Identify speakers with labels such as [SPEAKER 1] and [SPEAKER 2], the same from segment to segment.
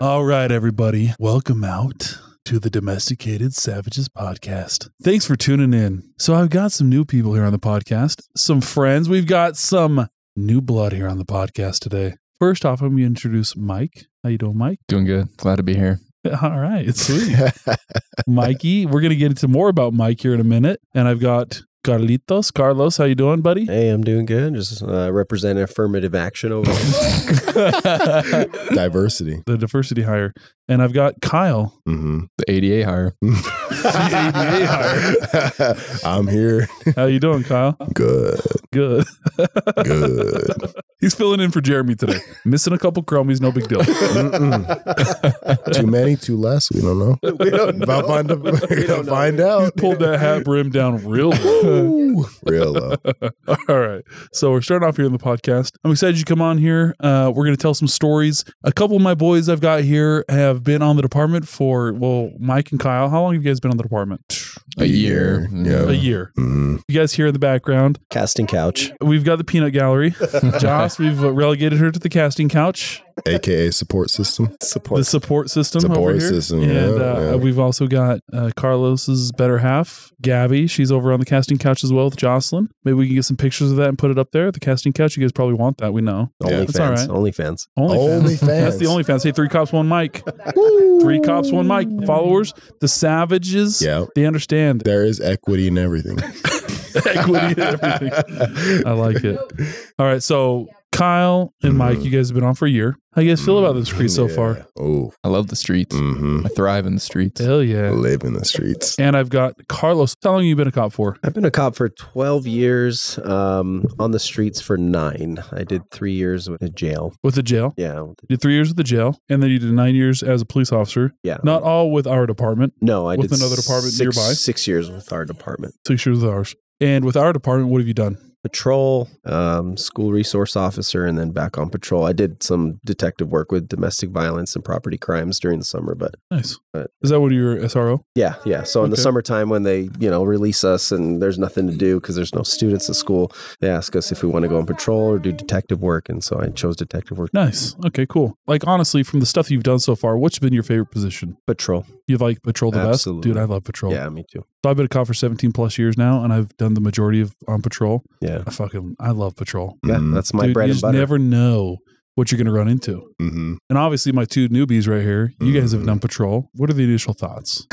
[SPEAKER 1] All right, everybody. Welcome out to the Domesticated Savages podcast. Thanks for tuning in. So, I've got some new people here on the podcast, some friends. We've got some new blood here on the podcast today. First off, I'm going to introduce Mike. How you doing, Mike?
[SPEAKER 2] Doing good. Glad to be here.
[SPEAKER 1] All right, sweet. Mikey, we're going to get into more about Mike here in a minute. And I've got Carlitos. Carlos, how you doing, buddy?
[SPEAKER 3] Hey, I'm doing good. Just uh, representing affirmative action over
[SPEAKER 2] the
[SPEAKER 4] Diversity.
[SPEAKER 1] The diversity hire. And I've got Kyle.
[SPEAKER 4] Mm-hmm.
[SPEAKER 2] ADA hire.
[SPEAKER 4] I'm here.
[SPEAKER 1] How you doing, Kyle?
[SPEAKER 4] Good.
[SPEAKER 1] Good.
[SPEAKER 4] Good.
[SPEAKER 1] He's filling in for Jeremy today. Missing a couple chromies, no big deal.
[SPEAKER 4] Mm-mm. Too many, too less. We don't know.
[SPEAKER 3] we don't
[SPEAKER 4] About find,
[SPEAKER 3] We
[SPEAKER 4] we're
[SPEAKER 3] don't
[SPEAKER 4] gonna
[SPEAKER 3] know.
[SPEAKER 4] find out.
[SPEAKER 1] Pulled that hat brim down real low.
[SPEAKER 4] Ooh, Real uh, low.
[SPEAKER 1] All right. So we're starting off here in the podcast. I'm excited you come on here. Uh, we're going to tell some stories. A couple of my boys I've got here have been on the department for, well, Mike and Kyle. How long have you guys been on the department?
[SPEAKER 2] A year.
[SPEAKER 4] Yeah.
[SPEAKER 1] A year.
[SPEAKER 4] Mm.
[SPEAKER 1] You guys here in the background.
[SPEAKER 3] casting couch.
[SPEAKER 1] We've got the peanut gallery. Joss, we've relegated her to the casting couch,
[SPEAKER 4] AKA support system.
[SPEAKER 1] the
[SPEAKER 3] Support.
[SPEAKER 1] support system.
[SPEAKER 4] Support
[SPEAKER 1] over here.
[SPEAKER 4] system,
[SPEAKER 1] And
[SPEAKER 4] yeah,
[SPEAKER 1] uh,
[SPEAKER 4] yeah.
[SPEAKER 1] we've also got uh, Carlos's better half, Gabby. She's over on the casting couch as well with Jocelyn. Maybe we can get some pictures of that and put it up there. The casting couch. You guys probably want that. We know.
[SPEAKER 4] Yeah.
[SPEAKER 3] OnlyFans.
[SPEAKER 1] That's all right.
[SPEAKER 3] OnlyFans.
[SPEAKER 1] OnlyFans.
[SPEAKER 4] Only
[SPEAKER 1] That's
[SPEAKER 4] fans.
[SPEAKER 1] the only fans. Hey, three cops, one mic. three cops, one mic. Followers, the savages.
[SPEAKER 4] Yeah.
[SPEAKER 1] They understand
[SPEAKER 4] There is equity in everything.
[SPEAKER 1] equity and everything. I like it. All right, so Kyle and
[SPEAKER 4] Mm-hmm.
[SPEAKER 1] Mike, you guys have been on for a year. How you guys feel about this crease so far?
[SPEAKER 4] Oh,
[SPEAKER 2] I love the streets.
[SPEAKER 4] mm-hmm.
[SPEAKER 2] I thrive in the streets.
[SPEAKER 1] Hell yeah!
[SPEAKER 4] live in the streets.
[SPEAKER 1] And I've got Carlos. How long have you been a cop for?
[SPEAKER 3] I've been a cop for 12 years, um, on the streets for nine. I did three years with a jail.
[SPEAKER 1] With the jail.
[SPEAKER 3] Yeah.
[SPEAKER 1] You did three years with the jail, and then you did nine years as a police officer.
[SPEAKER 3] Yeah.
[SPEAKER 1] Not all with our department,
[SPEAKER 3] no, I
[SPEAKER 1] with
[SPEAKER 3] did
[SPEAKER 1] another department
[SPEAKER 3] six,
[SPEAKER 1] nearby?
[SPEAKER 3] Six years with our department.
[SPEAKER 1] six years with ours. And with our department, what have you done?
[SPEAKER 3] Patrol, um, school resource officer, and then back on patrol. I did some detective work with domestic violence and property crimes during the summer, but
[SPEAKER 1] Nice.
[SPEAKER 3] Right.
[SPEAKER 1] Is that what your SRO?
[SPEAKER 3] Yeah, yeah. So in the
[SPEAKER 1] Okay.
[SPEAKER 3] summertime, when they you know release us and there's nothing to do because there's no students at school, they ask us if we want to go on patrol or do detective work, and so I chose detective work.
[SPEAKER 1] Nice. Okay, cool. Like honestly, from the stuff you've done so far, what's been your favorite position?
[SPEAKER 3] Patrol.
[SPEAKER 1] You like patrol the
[SPEAKER 3] Absolutely.
[SPEAKER 1] best, dude. I love patrol.
[SPEAKER 3] Yeah, me too.
[SPEAKER 1] So I've been a cop for 17 plus years now, and I've done the majority of on patrol.
[SPEAKER 3] Yeah,
[SPEAKER 1] I fucking I love patrol.
[SPEAKER 3] yeah.
[SPEAKER 4] Mhm.
[SPEAKER 3] That's my
[SPEAKER 1] Dude,
[SPEAKER 3] bread
[SPEAKER 1] you
[SPEAKER 3] and
[SPEAKER 1] just
[SPEAKER 3] butter.
[SPEAKER 1] never know what you're gonna run into.
[SPEAKER 4] Mhm.
[SPEAKER 1] And obviously, my two newbies right here. You guys
[SPEAKER 3] Mm.
[SPEAKER 1] have
[SPEAKER 4] Mhm.
[SPEAKER 1] done patrol. What are the initial thoughts?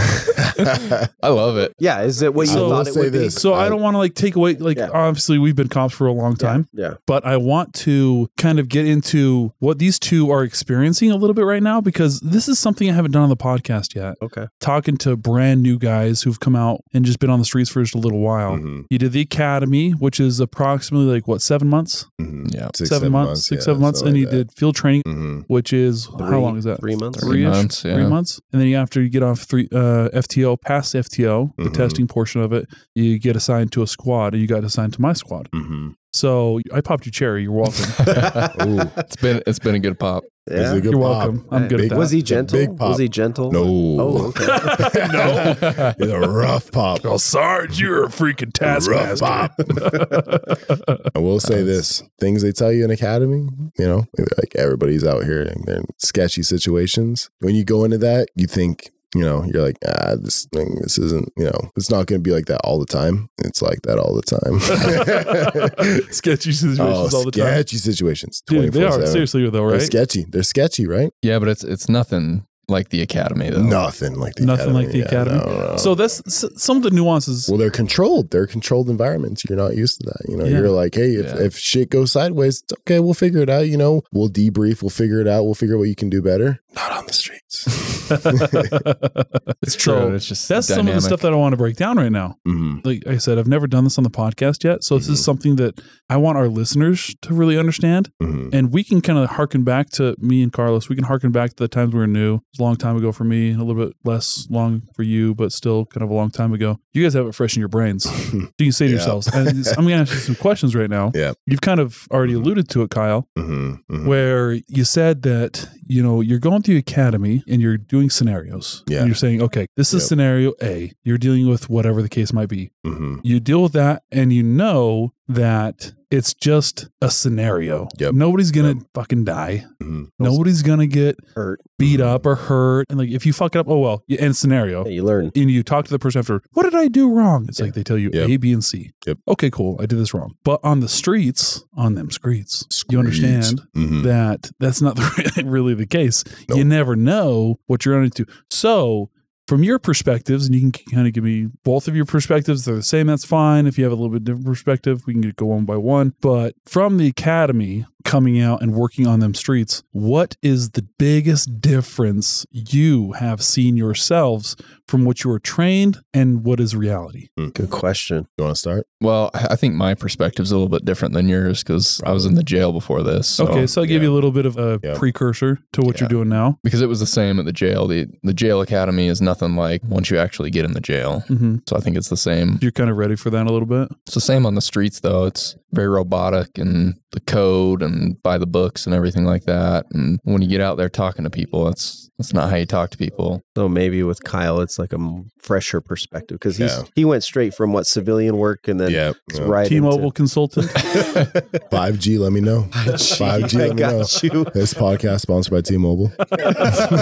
[SPEAKER 2] I love it.
[SPEAKER 3] yeah, is it what you
[SPEAKER 1] I will
[SPEAKER 3] thought it
[SPEAKER 4] say
[SPEAKER 3] would
[SPEAKER 4] this.
[SPEAKER 1] So I don't want to like take away like
[SPEAKER 3] Yeah.
[SPEAKER 1] obviously we've been cops for a long
[SPEAKER 3] be? Yeah,
[SPEAKER 1] time.
[SPEAKER 3] Yeah,
[SPEAKER 1] but I want to kind of get into what these two are experiencing a little bit right now because this is something I haven't done on the podcast yet.
[SPEAKER 3] Okay.
[SPEAKER 1] Talking to brand new guys who've come out and just been on the streets for just a little while.
[SPEAKER 4] Mhm.
[SPEAKER 1] You did the academy, which is approximately like what seven months,
[SPEAKER 4] Mhm.
[SPEAKER 2] Yeah.
[SPEAKER 4] Six,
[SPEAKER 1] seven, months, six,
[SPEAKER 4] yeah,
[SPEAKER 1] seven months,
[SPEAKER 4] something
[SPEAKER 1] and you
[SPEAKER 4] like
[SPEAKER 1] did field training,
[SPEAKER 4] that. Mhm.
[SPEAKER 1] which is
[SPEAKER 3] Three-
[SPEAKER 1] how long is that?
[SPEAKER 3] Three months.
[SPEAKER 2] Three
[SPEAKER 1] Three-ish?
[SPEAKER 2] months. Yeah.
[SPEAKER 1] Three months, and then you after you get off three uh, FTO, past FTO, the
[SPEAKER 4] Mhm.
[SPEAKER 1] testing portion of it, you get assigned to a squad, and you got assigned to my squad.
[SPEAKER 4] Mhm.
[SPEAKER 1] So I popped your cherry. You're welcome.
[SPEAKER 2] It's been it's been a good pop.
[SPEAKER 4] It's a
[SPEAKER 3] yeah.
[SPEAKER 4] good
[SPEAKER 1] You're
[SPEAKER 4] pop.
[SPEAKER 1] welcome. I'm
[SPEAKER 3] Hey,
[SPEAKER 1] good at
[SPEAKER 4] big-
[SPEAKER 1] that.
[SPEAKER 3] Was he
[SPEAKER 4] It's a
[SPEAKER 3] gentle?
[SPEAKER 4] big
[SPEAKER 3] Was
[SPEAKER 4] pop.
[SPEAKER 3] he gentle?
[SPEAKER 4] No.
[SPEAKER 3] Oh, okay.
[SPEAKER 1] no.
[SPEAKER 4] It's a rough pop.
[SPEAKER 1] Oh, Sarge, you're a freaking
[SPEAKER 4] rough
[SPEAKER 1] taskmaster.
[SPEAKER 4] pop. I will say this: things they tell you in academy, you know, like everybody's out here and they're in sketchy situations. When you go into that, you think, you know, you're like, ah, this thing, this isn't, you know, it's not going to be like that all the time. It's like that all the time.
[SPEAKER 1] Sketchy situations
[SPEAKER 4] oh,
[SPEAKER 1] all the time.
[SPEAKER 4] sketchy situations.
[SPEAKER 1] Dude, they are
[SPEAKER 4] 24/7.
[SPEAKER 1] seriously though,
[SPEAKER 4] They're
[SPEAKER 1] right?
[SPEAKER 4] sketchy. They're sketchy, right?
[SPEAKER 2] Yeah, but it's it's nothing like the academy though.
[SPEAKER 4] Nothing like the
[SPEAKER 1] Nothing like the academy.
[SPEAKER 4] Yeah, no, no.
[SPEAKER 1] So that's s- some of the nuances.
[SPEAKER 4] Well, they're controlled. They're controlled environments. You're not used to that. You know,
[SPEAKER 1] Yeah.
[SPEAKER 4] you're like, hey, if,
[SPEAKER 2] Yeah.
[SPEAKER 4] if shit goes sideways, it's okay. We'll figure it out. You know, we'll debrief. We'll figure it out. We'll figure out what you can do better. Not on the streets.
[SPEAKER 2] It's true.
[SPEAKER 1] So,
[SPEAKER 2] it's just
[SPEAKER 1] that's some of the
[SPEAKER 2] dynamic.
[SPEAKER 1] stuff that I want to break down right now.
[SPEAKER 4] Mhm.
[SPEAKER 1] Like I said, I've never done this on the podcast yet, so this is
[SPEAKER 4] Mm-hmm.
[SPEAKER 1] something that I want our listeners to really understand.
[SPEAKER 4] Mhm.
[SPEAKER 1] And we can kind of harken back to me and Carlos. We can harken back to the times we were new. It's a long time ago for me, a little bit less long for you, but still kind of a long time ago. You guys have it fresh in your brains. so you say to
[SPEAKER 4] Yeah.
[SPEAKER 1] yourselves, and it's- I'm going to ask you some questions right now.
[SPEAKER 4] Yeah. Mm-hmm.
[SPEAKER 1] You've kind of already alluded to it, Kyle,
[SPEAKER 4] Mhm. Mhm.
[SPEAKER 1] where you said that you know, you're going through academy and you're doing scenarios.
[SPEAKER 4] Yeah.
[SPEAKER 1] And you're saying, okay, this is
[SPEAKER 4] Yep.
[SPEAKER 1] scenario A. You're dealing with whatever the case might be.
[SPEAKER 4] Mhm.
[SPEAKER 1] You deal with that and you know that it's just a scenario.
[SPEAKER 4] Yep.
[SPEAKER 1] Nobody's going to
[SPEAKER 4] Yep.
[SPEAKER 1] fucking die.
[SPEAKER 4] Mhm.
[SPEAKER 1] Nobody's going to get
[SPEAKER 3] hurt.
[SPEAKER 1] beat
[SPEAKER 4] Mm-hmm.
[SPEAKER 1] up or hurt. And like, if you fuck it up, oh well, yeah, end scenario.
[SPEAKER 3] Yeah, you learn.
[SPEAKER 1] And you talk to the person after, what did I do wrong? It's like they tell you
[SPEAKER 4] Yep.
[SPEAKER 1] A, B, and C.
[SPEAKER 4] Yep.
[SPEAKER 1] Okay, cool. I did this wrong. But on the streets, on them streets, you understand
[SPEAKER 4] Mhm.
[SPEAKER 1] that that's not the, really the case.
[SPEAKER 4] No.
[SPEAKER 1] You never know what you're into. So, from your perspectives, and you can kind of give me both of your perspectives. They're the same. That's fine. If you have a little bit different perspective, we can go one by one. But from the academy coming out and working on them streets, what is the biggest difference you have seen yourselves from what you were trained and what is reality?
[SPEAKER 3] Good question.
[SPEAKER 4] You want to start?
[SPEAKER 2] Well, I I think my perspective's a little bit different than yours because I was in the jail before this. So.
[SPEAKER 1] okay, so I gave
[SPEAKER 4] yeah.
[SPEAKER 1] you a little bit of a
[SPEAKER 4] Yeah.
[SPEAKER 1] precursor to what you're
[SPEAKER 2] Yeah.
[SPEAKER 1] doing now.
[SPEAKER 2] Because it was the same at the jail. The the jail academy is nothing like once you actually get in the jail.
[SPEAKER 1] hmm
[SPEAKER 2] So I think it's the same.
[SPEAKER 1] You're kind of ready for that a little bit.
[SPEAKER 2] It's the same on the streets though. It's very robotic and the code and by the books and everything like that. And when you get out there talking to people, that's that's not how you talk to people.
[SPEAKER 3] So maybe with Kyle, it's like a m- fresher perspective because he's
[SPEAKER 4] Yeah.
[SPEAKER 3] he went straight from what civilian work and then
[SPEAKER 4] yeah.
[SPEAKER 3] it's right
[SPEAKER 1] T-Mobile consultant.
[SPEAKER 3] into-
[SPEAKER 4] 5G, let me know. 5G,
[SPEAKER 3] I
[SPEAKER 4] let me know.
[SPEAKER 3] got you.
[SPEAKER 4] This podcast sponsored by T-Mobile.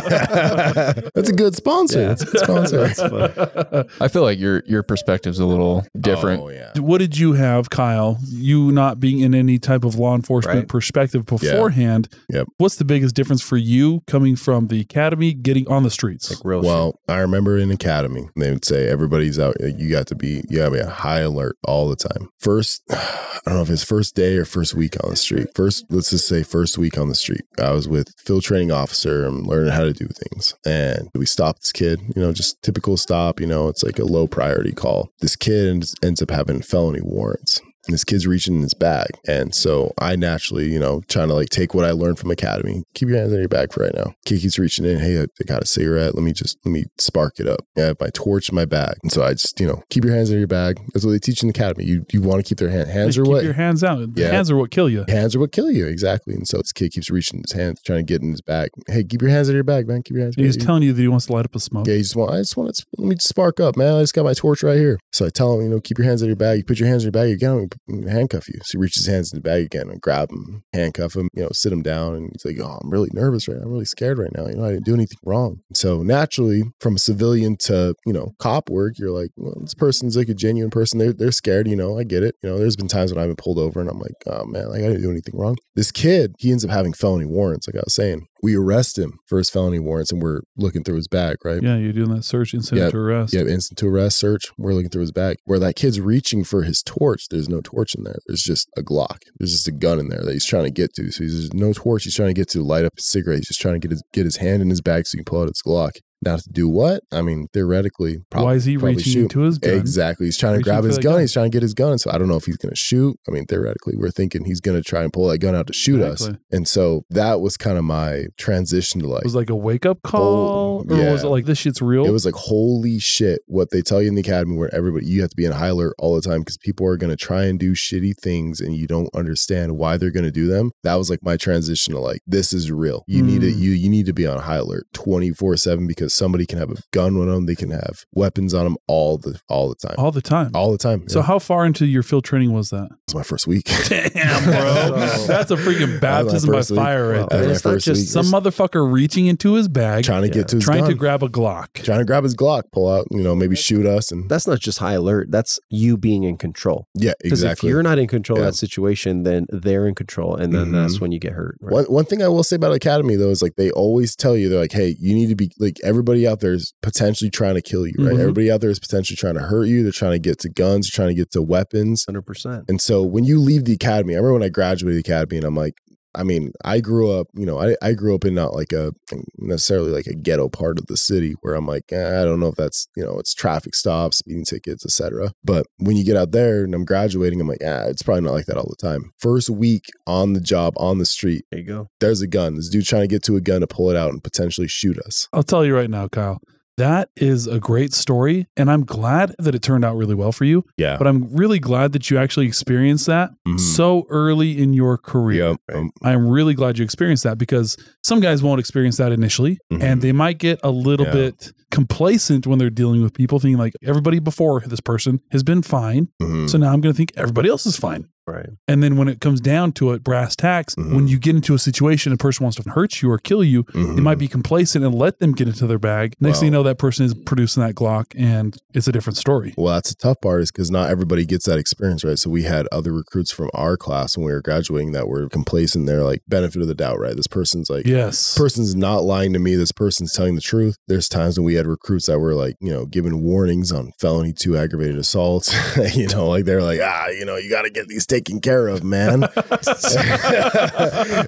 [SPEAKER 4] That's a good sponsor.
[SPEAKER 2] Yeah.
[SPEAKER 4] That's a good sponsor.
[SPEAKER 3] That's funny.
[SPEAKER 2] I feel like your your perspective's a little different.
[SPEAKER 4] Oh, yeah.
[SPEAKER 1] what did you have, Kyle? You not being in any type of law enforcement
[SPEAKER 3] Right.
[SPEAKER 1] perspective beforehand.
[SPEAKER 4] Yep.
[SPEAKER 1] What's the biggest difference for you coming from the academy, getting on the streets?
[SPEAKER 3] Like real shit.
[SPEAKER 4] Well, uh, I remember in academy, they would say everybody's out. uh, You got to be, you got to be on high alert all the time. First, I don't know if it's first day or first week on the street. First, let's just say first week on the street. I was with field training officer. I'm learning how to do things, and we stopped this kid. You know, just typical stop. You know, it's like a low priority call. This kid ends- ends up having felony warrants. And this kid's reaching in his bag. And so I naturally, you know, trying to like take what I learned from academy. Keep your hands in your bag for right now. Kid keeps reaching in. Hey, I I got a cigarette. Let me just, let me spark it up. I have my torch in my bag. And so I just, you know, keep your hands in your bag. That's what they teach in academy. You, you want to keep their hand, hands
[SPEAKER 1] Like,
[SPEAKER 4] are
[SPEAKER 1] keep
[SPEAKER 4] what?
[SPEAKER 1] your hands out.
[SPEAKER 4] Yeah.
[SPEAKER 1] Hands are what kill you.
[SPEAKER 4] Hands are what kill you. Exactly. And so this kid keeps reaching his hands, trying to get in his bag. Hey, keep your hands in your bag, man. Keep your hands in your
[SPEAKER 1] He's
[SPEAKER 4] bag.
[SPEAKER 1] telling you that he wants to light up a smoke.
[SPEAKER 4] Yeah, you just want. I just want it. Let me just spark up, man. I just got my torch right here. So I tell him, you know, keep your hands in your bag. You put your hands in your bag again. I'm gonna handcuff you. So he reaches his hands in the bag again and grab him, handcuff him. You know, sit him down, and he's like, "Oh, I'm really nervous right now. I'm really scared right now. You know, I didn't do anything wrong." So naturally, from civilian to you know cop work, you're like, well, this person's like a genuine person. They're they're scared. You know, I get it. You know, there's been times when I've been pulled over and I'm like, oh man, like I didn't do anything wrong. This kid, he ends up having felony warrants. Like I was saying, we arrest him for his felony warrants, and we're looking through his bag, right?
[SPEAKER 1] Yeah, you're doing that search incident
[SPEAKER 4] Yep.
[SPEAKER 1] to arrest.
[SPEAKER 4] Yeah, instant to arrest search. We're looking through his bag. Where that kid's reaching for his torch, there's no torch in there. There's just a Glock. There's just a gun in there that he's trying to get to. So he's there's no torch. He's trying to get to light up his cigarette. He's just trying to get his get his hand in his bag so he can pull out his Glock. Now to do what? I mean, theoretically, prob-
[SPEAKER 1] Why is he
[SPEAKER 4] probably
[SPEAKER 1] reaching
[SPEAKER 4] shoot.
[SPEAKER 1] into his gun?
[SPEAKER 4] Exactly. He's trying to
[SPEAKER 1] Reaching
[SPEAKER 4] grab
[SPEAKER 1] for
[SPEAKER 4] his
[SPEAKER 1] that
[SPEAKER 4] gun.
[SPEAKER 1] gun.
[SPEAKER 4] He's trying to get his gun. So I don't know if he's going to shoot. I mean, theoretically, we're thinking he's going to try and pull that gun out to shoot us.
[SPEAKER 1] Exactly.
[SPEAKER 4] And so that was kind of my transition to like
[SPEAKER 1] It was like a wake up call, or
[SPEAKER 4] Oh, yeah.
[SPEAKER 1] was it like this shit's real?
[SPEAKER 4] it was like holy shit what they tell you in the academy where everybody you have to be in high alert all the time because people are going to try and do shitty things and you don't understand why they're going to do them that was like my transition to like this is real you need to
[SPEAKER 1] Mm.
[SPEAKER 4] you you need to be on high alert 24 7 because somebody can have a gun on them they can have weapons on them all the all the time uh, all,
[SPEAKER 1] all the time.
[SPEAKER 4] the time
[SPEAKER 1] Oh. so
[SPEAKER 4] so
[SPEAKER 1] how far into your field training was that?
[SPEAKER 4] was my first week
[SPEAKER 1] Damn, bro,
[SPEAKER 3] So-
[SPEAKER 1] that's a freaking
[SPEAKER 4] That was
[SPEAKER 1] baptism
[SPEAKER 4] my
[SPEAKER 1] by
[SPEAKER 4] first week.
[SPEAKER 1] fire right
[SPEAKER 3] Wow.
[SPEAKER 1] there.
[SPEAKER 4] That was my
[SPEAKER 3] It's not
[SPEAKER 4] first
[SPEAKER 3] just
[SPEAKER 4] week.
[SPEAKER 1] Some motherfucker reaching into his bag,
[SPEAKER 4] trying to
[SPEAKER 3] Yeah.
[SPEAKER 4] get to his
[SPEAKER 1] trying
[SPEAKER 4] gun,
[SPEAKER 1] to grab a Glock.
[SPEAKER 4] trying to grab his glock pull out you know maybe shoot us and
[SPEAKER 3] That's not just high alert. That's you being in control.
[SPEAKER 4] yeah
[SPEAKER 3] Because
[SPEAKER 4] exactly
[SPEAKER 3] if you're not in control
[SPEAKER 4] Yeah.
[SPEAKER 3] of that situation, then they're in control, and then
[SPEAKER 4] Mhm.
[SPEAKER 3] that's when you get hurt. right?
[SPEAKER 4] One, one thing I will say about Academy though is like they always tell you they're like, hey, you need to be like everybody out there is potentially trying to kill you, right?
[SPEAKER 1] Mhm.
[SPEAKER 4] Everybody out there is potentially trying to hurt you. They're trying to get to guns, they're trying to get to weapons.
[SPEAKER 3] Hundred percent.
[SPEAKER 4] And so when you leave the academy, I remember when I graduated the academy and I'm like, I mean, I grew up, you know, I, I grew up in not like a necessarily like a ghetto part of the city where I'm like, eh, I don't know if that's, you know, it's traffic stops, speeding tickets, etc. But when you get out there and I'm graduating, I'm like, ah, it's probably not like that all the time. First week on the job, on the street,
[SPEAKER 3] There you go.
[SPEAKER 4] there's a gun. This dude trying to get to a gun to pull it out and potentially shoot us.
[SPEAKER 1] I'll tell you right now, Kyle. That is a great story. And I'm glad that it turned out really well for you.
[SPEAKER 5] Yeah.
[SPEAKER 1] But I'm really glad that you actually experienced that
[SPEAKER 5] Mhm.
[SPEAKER 1] so early in your career.
[SPEAKER 5] Yep. Um,
[SPEAKER 1] I'm really glad you experienced that because some guys won't experience that initially
[SPEAKER 5] Mhm.
[SPEAKER 1] and they might get a little
[SPEAKER 5] Yeah.
[SPEAKER 1] bit complacent when they're dealing with people, thinking like everybody before this person has been fine.
[SPEAKER 4] Mm-hmm,
[SPEAKER 5] mhm.
[SPEAKER 1] So now I'm going to think everybody else is fine.
[SPEAKER 3] Right.
[SPEAKER 1] And then when it comes down to it, brass tacks,
[SPEAKER 5] Mhm.
[SPEAKER 4] Mm-hmm.
[SPEAKER 1] when you get into a situation, a person wants to hurt you or kill you, they
[SPEAKER 5] Mhm.
[SPEAKER 4] Mm-hmm.
[SPEAKER 1] might be complacent and let them get into their bag. Next thing you
[SPEAKER 5] Wow.
[SPEAKER 1] know, that person is producing that Glock and it's a different story.
[SPEAKER 4] Well, that's a tough part is because not everybody gets that experience, right? So we had other recruits from our class when we were graduating that were complacent. They're like, benefit of the doubt, right? This person's like,
[SPEAKER 1] Yes.
[SPEAKER 4] this person's not lying to me. This person's telling the truth. There's times when we had recruits that were like, you know, given warnings on felony two aggravated assaults. you know, like they're like, ah, you know, you got to get these taken care of, man.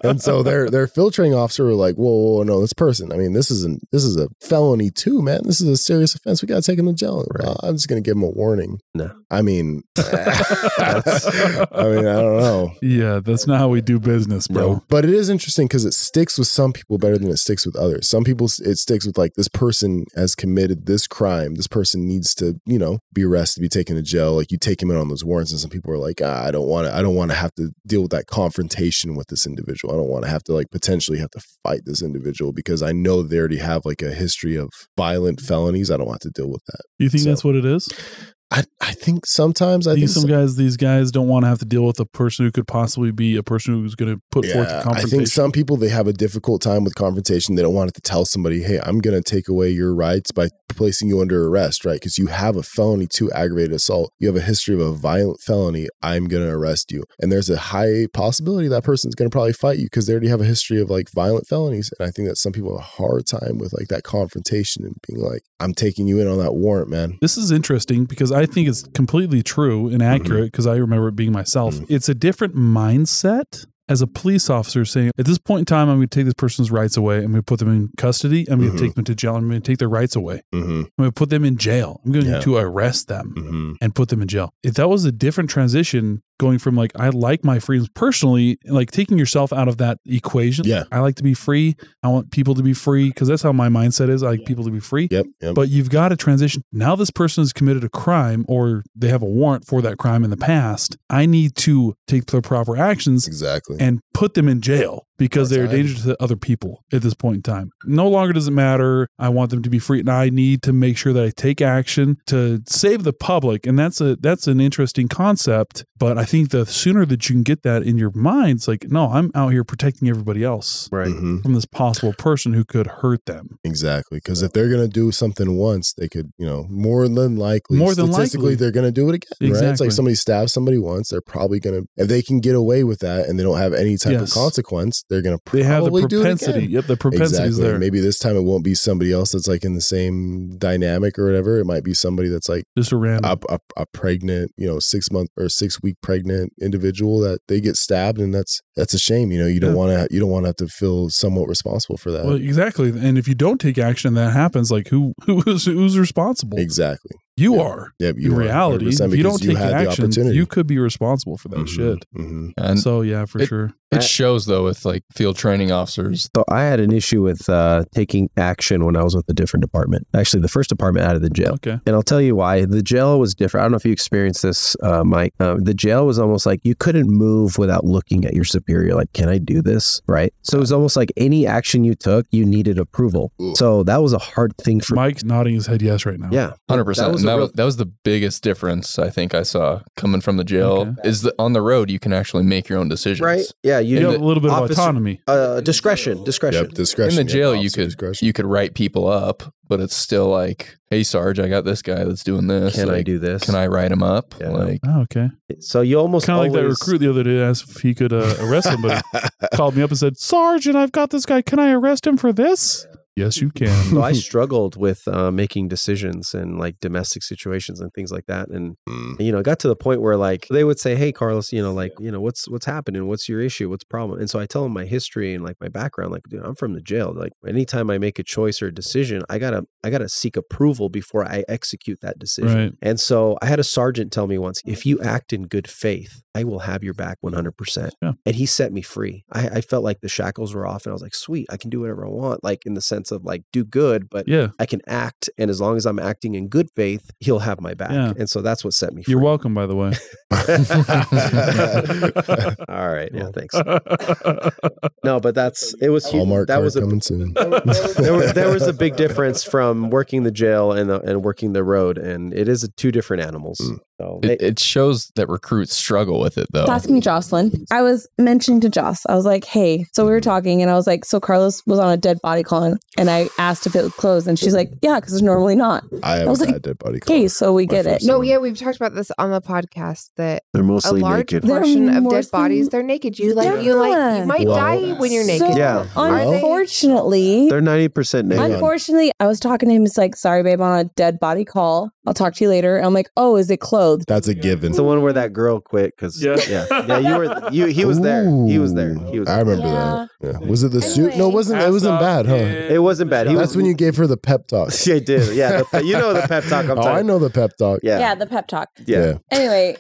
[SPEAKER 4] and so their their filtering officer were like, whoa, whoa, whoa, no, this person. I mean, this isn't this is a felony too, man. This is a serious offense. We got to take him to jail.
[SPEAKER 3] Right.
[SPEAKER 4] Uh, I'm just gonna give him a warning.
[SPEAKER 3] No.
[SPEAKER 4] I mean, I mean, I don't know.
[SPEAKER 1] yeah, that's not how we do business, bro.
[SPEAKER 4] No, but it is interesting because it sticks with some people better than it sticks with others. Some people, s- it sticks with like this person has committed this crime. This person needs to, you know, be arrested, be taken to jail. Like you take him in on those warrants, and some people are like, ah, I don't want to, I don't want to have to deal with that confrontation with this individual. I don't want to have to like potentially have to fight this individual because I know they already have like a history of violent felonies. I don't want to deal with that.
[SPEAKER 1] You think
[SPEAKER 4] So-
[SPEAKER 1] that's what it is?
[SPEAKER 4] I, I think sometimes I
[SPEAKER 1] I think
[SPEAKER 4] think
[SPEAKER 1] some guys, these guys don't want to have to deal with a person who could possibly be a person who's going to put forth a
[SPEAKER 4] I
[SPEAKER 1] confrontation.
[SPEAKER 4] think some people they have a difficult time with confrontation. They don't want it to tell somebody, "Hey, I'm going to take away your rights by placing you under arrest," right? Because you have a felony two aggravated assault. You have a history of a violent felony. I'm going to arrest you, and there's a high possibility that person's going to probably fight you because they already have a history of like violent felonies. And I think that some people have a hard time with like that confrontation and being like, "I'm taking you in on that warrant, man."
[SPEAKER 1] This is interesting because I think it's completely true and accurate because I remember it being myself. It's a different mindset as a police officer saying, at this point in time, I'm going to take this person's rights away. I'm going to put them in custody. I'm going to
[SPEAKER 5] Mhm.
[SPEAKER 1] take them to jail. I'm going to take their rights away.
[SPEAKER 5] Mhm.
[SPEAKER 1] I'm going to put them in jail. I'm going
[SPEAKER 5] Yeah.
[SPEAKER 1] to arrest them
[SPEAKER 4] Mm.
[SPEAKER 5] Mhm.
[SPEAKER 1] and put them in jail. If that was a different transition going from like, I like my freedoms personally, like taking yourself out of that equation.
[SPEAKER 4] Yeah.
[SPEAKER 1] I like to be free. I want people to be free because that's how my mindset is. I like people to be free.
[SPEAKER 4] Yep. yep.
[SPEAKER 1] But you've got to transition. Now this person has committed a crime or they have a warrant for that crime in the past. I need to take the proper actions
[SPEAKER 4] exactly.
[SPEAKER 1] and put them in jail because they're a
[SPEAKER 4] Outside.
[SPEAKER 1] danger to other people at this point in time. No longer does it matter. I want them to be free and I need to make sure that I take action to save the public. And that's a that's an interesting concept. But I think the sooner that you can get that in your mind, it's like, no, I'm out here protecting everybody else
[SPEAKER 3] Right.
[SPEAKER 4] Mm-hmm.
[SPEAKER 5] Mhm.
[SPEAKER 1] from this possible person who could hurt them.
[SPEAKER 4] Exactly, because if they're gonna do something once, they could, you know, more than likely,
[SPEAKER 1] More than
[SPEAKER 4] statistically,
[SPEAKER 1] likely.
[SPEAKER 4] they're gonna do it again. Right? It's
[SPEAKER 1] Exactly.
[SPEAKER 4] like somebody stabs somebody once, they're probably gonna, if they can get away with that and they don't have any type
[SPEAKER 1] Yes.
[SPEAKER 4] of consequence, they're gonna probably
[SPEAKER 1] They have the
[SPEAKER 4] do it
[SPEAKER 1] propensity.
[SPEAKER 4] again.
[SPEAKER 1] Yep, the propensity is
[SPEAKER 4] Exactly.
[SPEAKER 1] there.
[SPEAKER 4] Maybe this time it won't be somebody else that's like in the same dynamic or whatever. It might be somebody that's like
[SPEAKER 1] Just a random.
[SPEAKER 4] a, a, a pregnant, you know, six month or six week pregnant individual that they get stabbed, and that's that's a shame. You know, you don't
[SPEAKER 1] Yeah.
[SPEAKER 4] want to you don't want to have to feel somewhat responsible for that.
[SPEAKER 1] Well, exactly. And if you don't take action, and that happens. Like who who is who's responsible?
[SPEAKER 4] exactly.
[SPEAKER 1] You
[SPEAKER 4] yeah.
[SPEAKER 1] are.
[SPEAKER 4] Yep,
[SPEAKER 1] In reality, if you don't take action, you could be responsible for that
[SPEAKER 5] Mhm.
[SPEAKER 1] shit.
[SPEAKER 4] mm-hmm.
[SPEAKER 2] And
[SPEAKER 1] so yeah, for
[SPEAKER 2] it-
[SPEAKER 1] sure.
[SPEAKER 2] it shows though with like field training officers.
[SPEAKER 3] So I had an issue with uh, taking action when I was with a different department. Actually, the first department out of the jail.
[SPEAKER 1] Okay.
[SPEAKER 3] And I'll tell you why. The jail was different. I don't know if you experienced this, uh, Mike. Uh, the jail was almost like you couldn't move without looking at your superior. Like, can I do this? Right. So it was almost like any action you took, you needed approval.
[SPEAKER 4] Ooh.
[SPEAKER 3] So that was a hard thing for
[SPEAKER 1] Mike's nodding his head yes right now.
[SPEAKER 3] Yeah.
[SPEAKER 2] Hundred percent.
[SPEAKER 3] That was
[SPEAKER 2] And
[SPEAKER 3] a
[SPEAKER 2] that,
[SPEAKER 3] real-
[SPEAKER 2] was, that was the biggest difference I think I saw coming from the jail.
[SPEAKER 1] Okay.
[SPEAKER 2] Is that on the road you can actually make your own decisions.
[SPEAKER 6] right? Yeah, you
[SPEAKER 1] You
[SPEAKER 6] know,
[SPEAKER 1] have a little bit
[SPEAKER 6] officer-
[SPEAKER 1] of autonomy.
[SPEAKER 6] uh, discretion, discretion.
[SPEAKER 4] Yep, discretion.
[SPEAKER 2] In the
[SPEAKER 4] yeah,
[SPEAKER 2] jail, you
[SPEAKER 4] officer
[SPEAKER 2] could
[SPEAKER 4] discretion.
[SPEAKER 2] you could write people up, but it's still like, hey Sarge, I got this guy that's doing this.
[SPEAKER 3] Can I
[SPEAKER 2] Like,
[SPEAKER 3] do this?
[SPEAKER 2] Can I write him up?
[SPEAKER 3] Yeah.
[SPEAKER 2] Like,
[SPEAKER 1] Oh, okay.
[SPEAKER 6] So you almost
[SPEAKER 1] Kind of like that
[SPEAKER 6] always-
[SPEAKER 1] recruit the other day asked if he could uh, arrest somebody. Called me up and said, "Sergeant, I've got this guy. Can I arrest him for this?" Yes, you can.
[SPEAKER 3] so I struggled with uh, making decisions and like domestic situations and things like that. And
[SPEAKER 4] Mm.
[SPEAKER 3] you know, it got to the point where like they would say, "Hey, Carlos, you know, like you know, what's what's happening? What's your issue? What's the problem?" And so I tell them my history and like my background. Like, dude, I'm from the jail. Like, anytime I make a choice or a decision, I gotta I gotta seek approval before I execute that decision.
[SPEAKER 1] right.
[SPEAKER 3] And so I had a sergeant tell me once, if you act in good faith, I will have your back 100%.
[SPEAKER 1] Yeah.
[SPEAKER 3] And he set me free. I, I felt like the shackles were off and I was like, sweet, I can do whatever I want. Like in the sense sense of like do good, but
[SPEAKER 1] Yeah.
[SPEAKER 3] I can act, and as long as I'm acting in good faith, he'll have my back.
[SPEAKER 1] Yeah.
[SPEAKER 3] And so that's what set me free.
[SPEAKER 1] You're welcome, by the way.
[SPEAKER 3] All right, yeah, thanks.
[SPEAKER 1] Thanks.
[SPEAKER 3] No, but that's it was huge.
[SPEAKER 4] Hallmark
[SPEAKER 3] that
[SPEAKER 4] card
[SPEAKER 3] was a
[SPEAKER 4] coming soon.
[SPEAKER 3] there, were, there was a big difference from working the jail and the, and working the road, and it is two different animals.
[SPEAKER 4] Mm.
[SPEAKER 3] So
[SPEAKER 2] It, it shows that recruits struggle with it
[SPEAKER 4] Oh.
[SPEAKER 2] though.
[SPEAKER 5] Asking me, Jocelyn. I was mentioning to Joss, I was like, hey, so we were talking, and I was like, so Carlos was on a dead body calling, and I asked if it was closed, and she's like, yeah, because it's normally not.
[SPEAKER 4] I haven't
[SPEAKER 5] was like,
[SPEAKER 4] had that buddy call.
[SPEAKER 5] Okay, so we
[SPEAKER 4] My
[SPEAKER 5] get it.
[SPEAKER 4] first-
[SPEAKER 7] No,
[SPEAKER 4] So-
[SPEAKER 7] yeah, we've talked about this on the podcast that
[SPEAKER 6] They're
[SPEAKER 7] a
[SPEAKER 6] mostly
[SPEAKER 7] large
[SPEAKER 6] naked.
[SPEAKER 5] They're
[SPEAKER 7] portion of dead
[SPEAKER 5] mostly-
[SPEAKER 7] bodies they're naked. You like you like
[SPEAKER 5] Yeah.
[SPEAKER 7] you might
[SPEAKER 4] Well,
[SPEAKER 7] die when you're
[SPEAKER 5] So
[SPEAKER 7] naked.
[SPEAKER 6] Yeah.
[SPEAKER 4] Well-
[SPEAKER 5] unfortunately,
[SPEAKER 6] They're ninety percent
[SPEAKER 4] Hang
[SPEAKER 6] naked.
[SPEAKER 4] on.
[SPEAKER 5] unfortunately, I was talking to him. He's like, sorry, babe, on a dead body call. I'll talk to you later. And I'm like, oh, is it clothed?
[SPEAKER 4] That's a given.
[SPEAKER 6] It's the one where that girl quit because
[SPEAKER 1] Yeah.
[SPEAKER 6] yeah. yeah, you were you. He was there. He was there. He was.
[SPEAKER 4] I
[SPEAKER 6] There.
[SPEAKER 4] remember that. Yeah. Was it the suit? No, it
[SPEAKER 7] Anyway.
[SPEAKER 4] wasn't. It wasn't bad, huh?
[SPEAKER 6] It wasn't bad. He
[SPEAKER 4] That's
[SPEAKER 6] was-
[SPEAKER 4] when you gave her the pep talk.
[SPEAKER 6] I did. Yeah, the, you know the pep talk. I'm
[SPEAKER 4] oh, I
[SPEAKER 6] talking.
[SPEAKER 4] know the pep talk.
[SPEAKER 6] Yeah. yeah,
[SPEAKER 5] the pep talk.
[SPEAKER 6] yeah.
[SPEAKER 5] Anyway,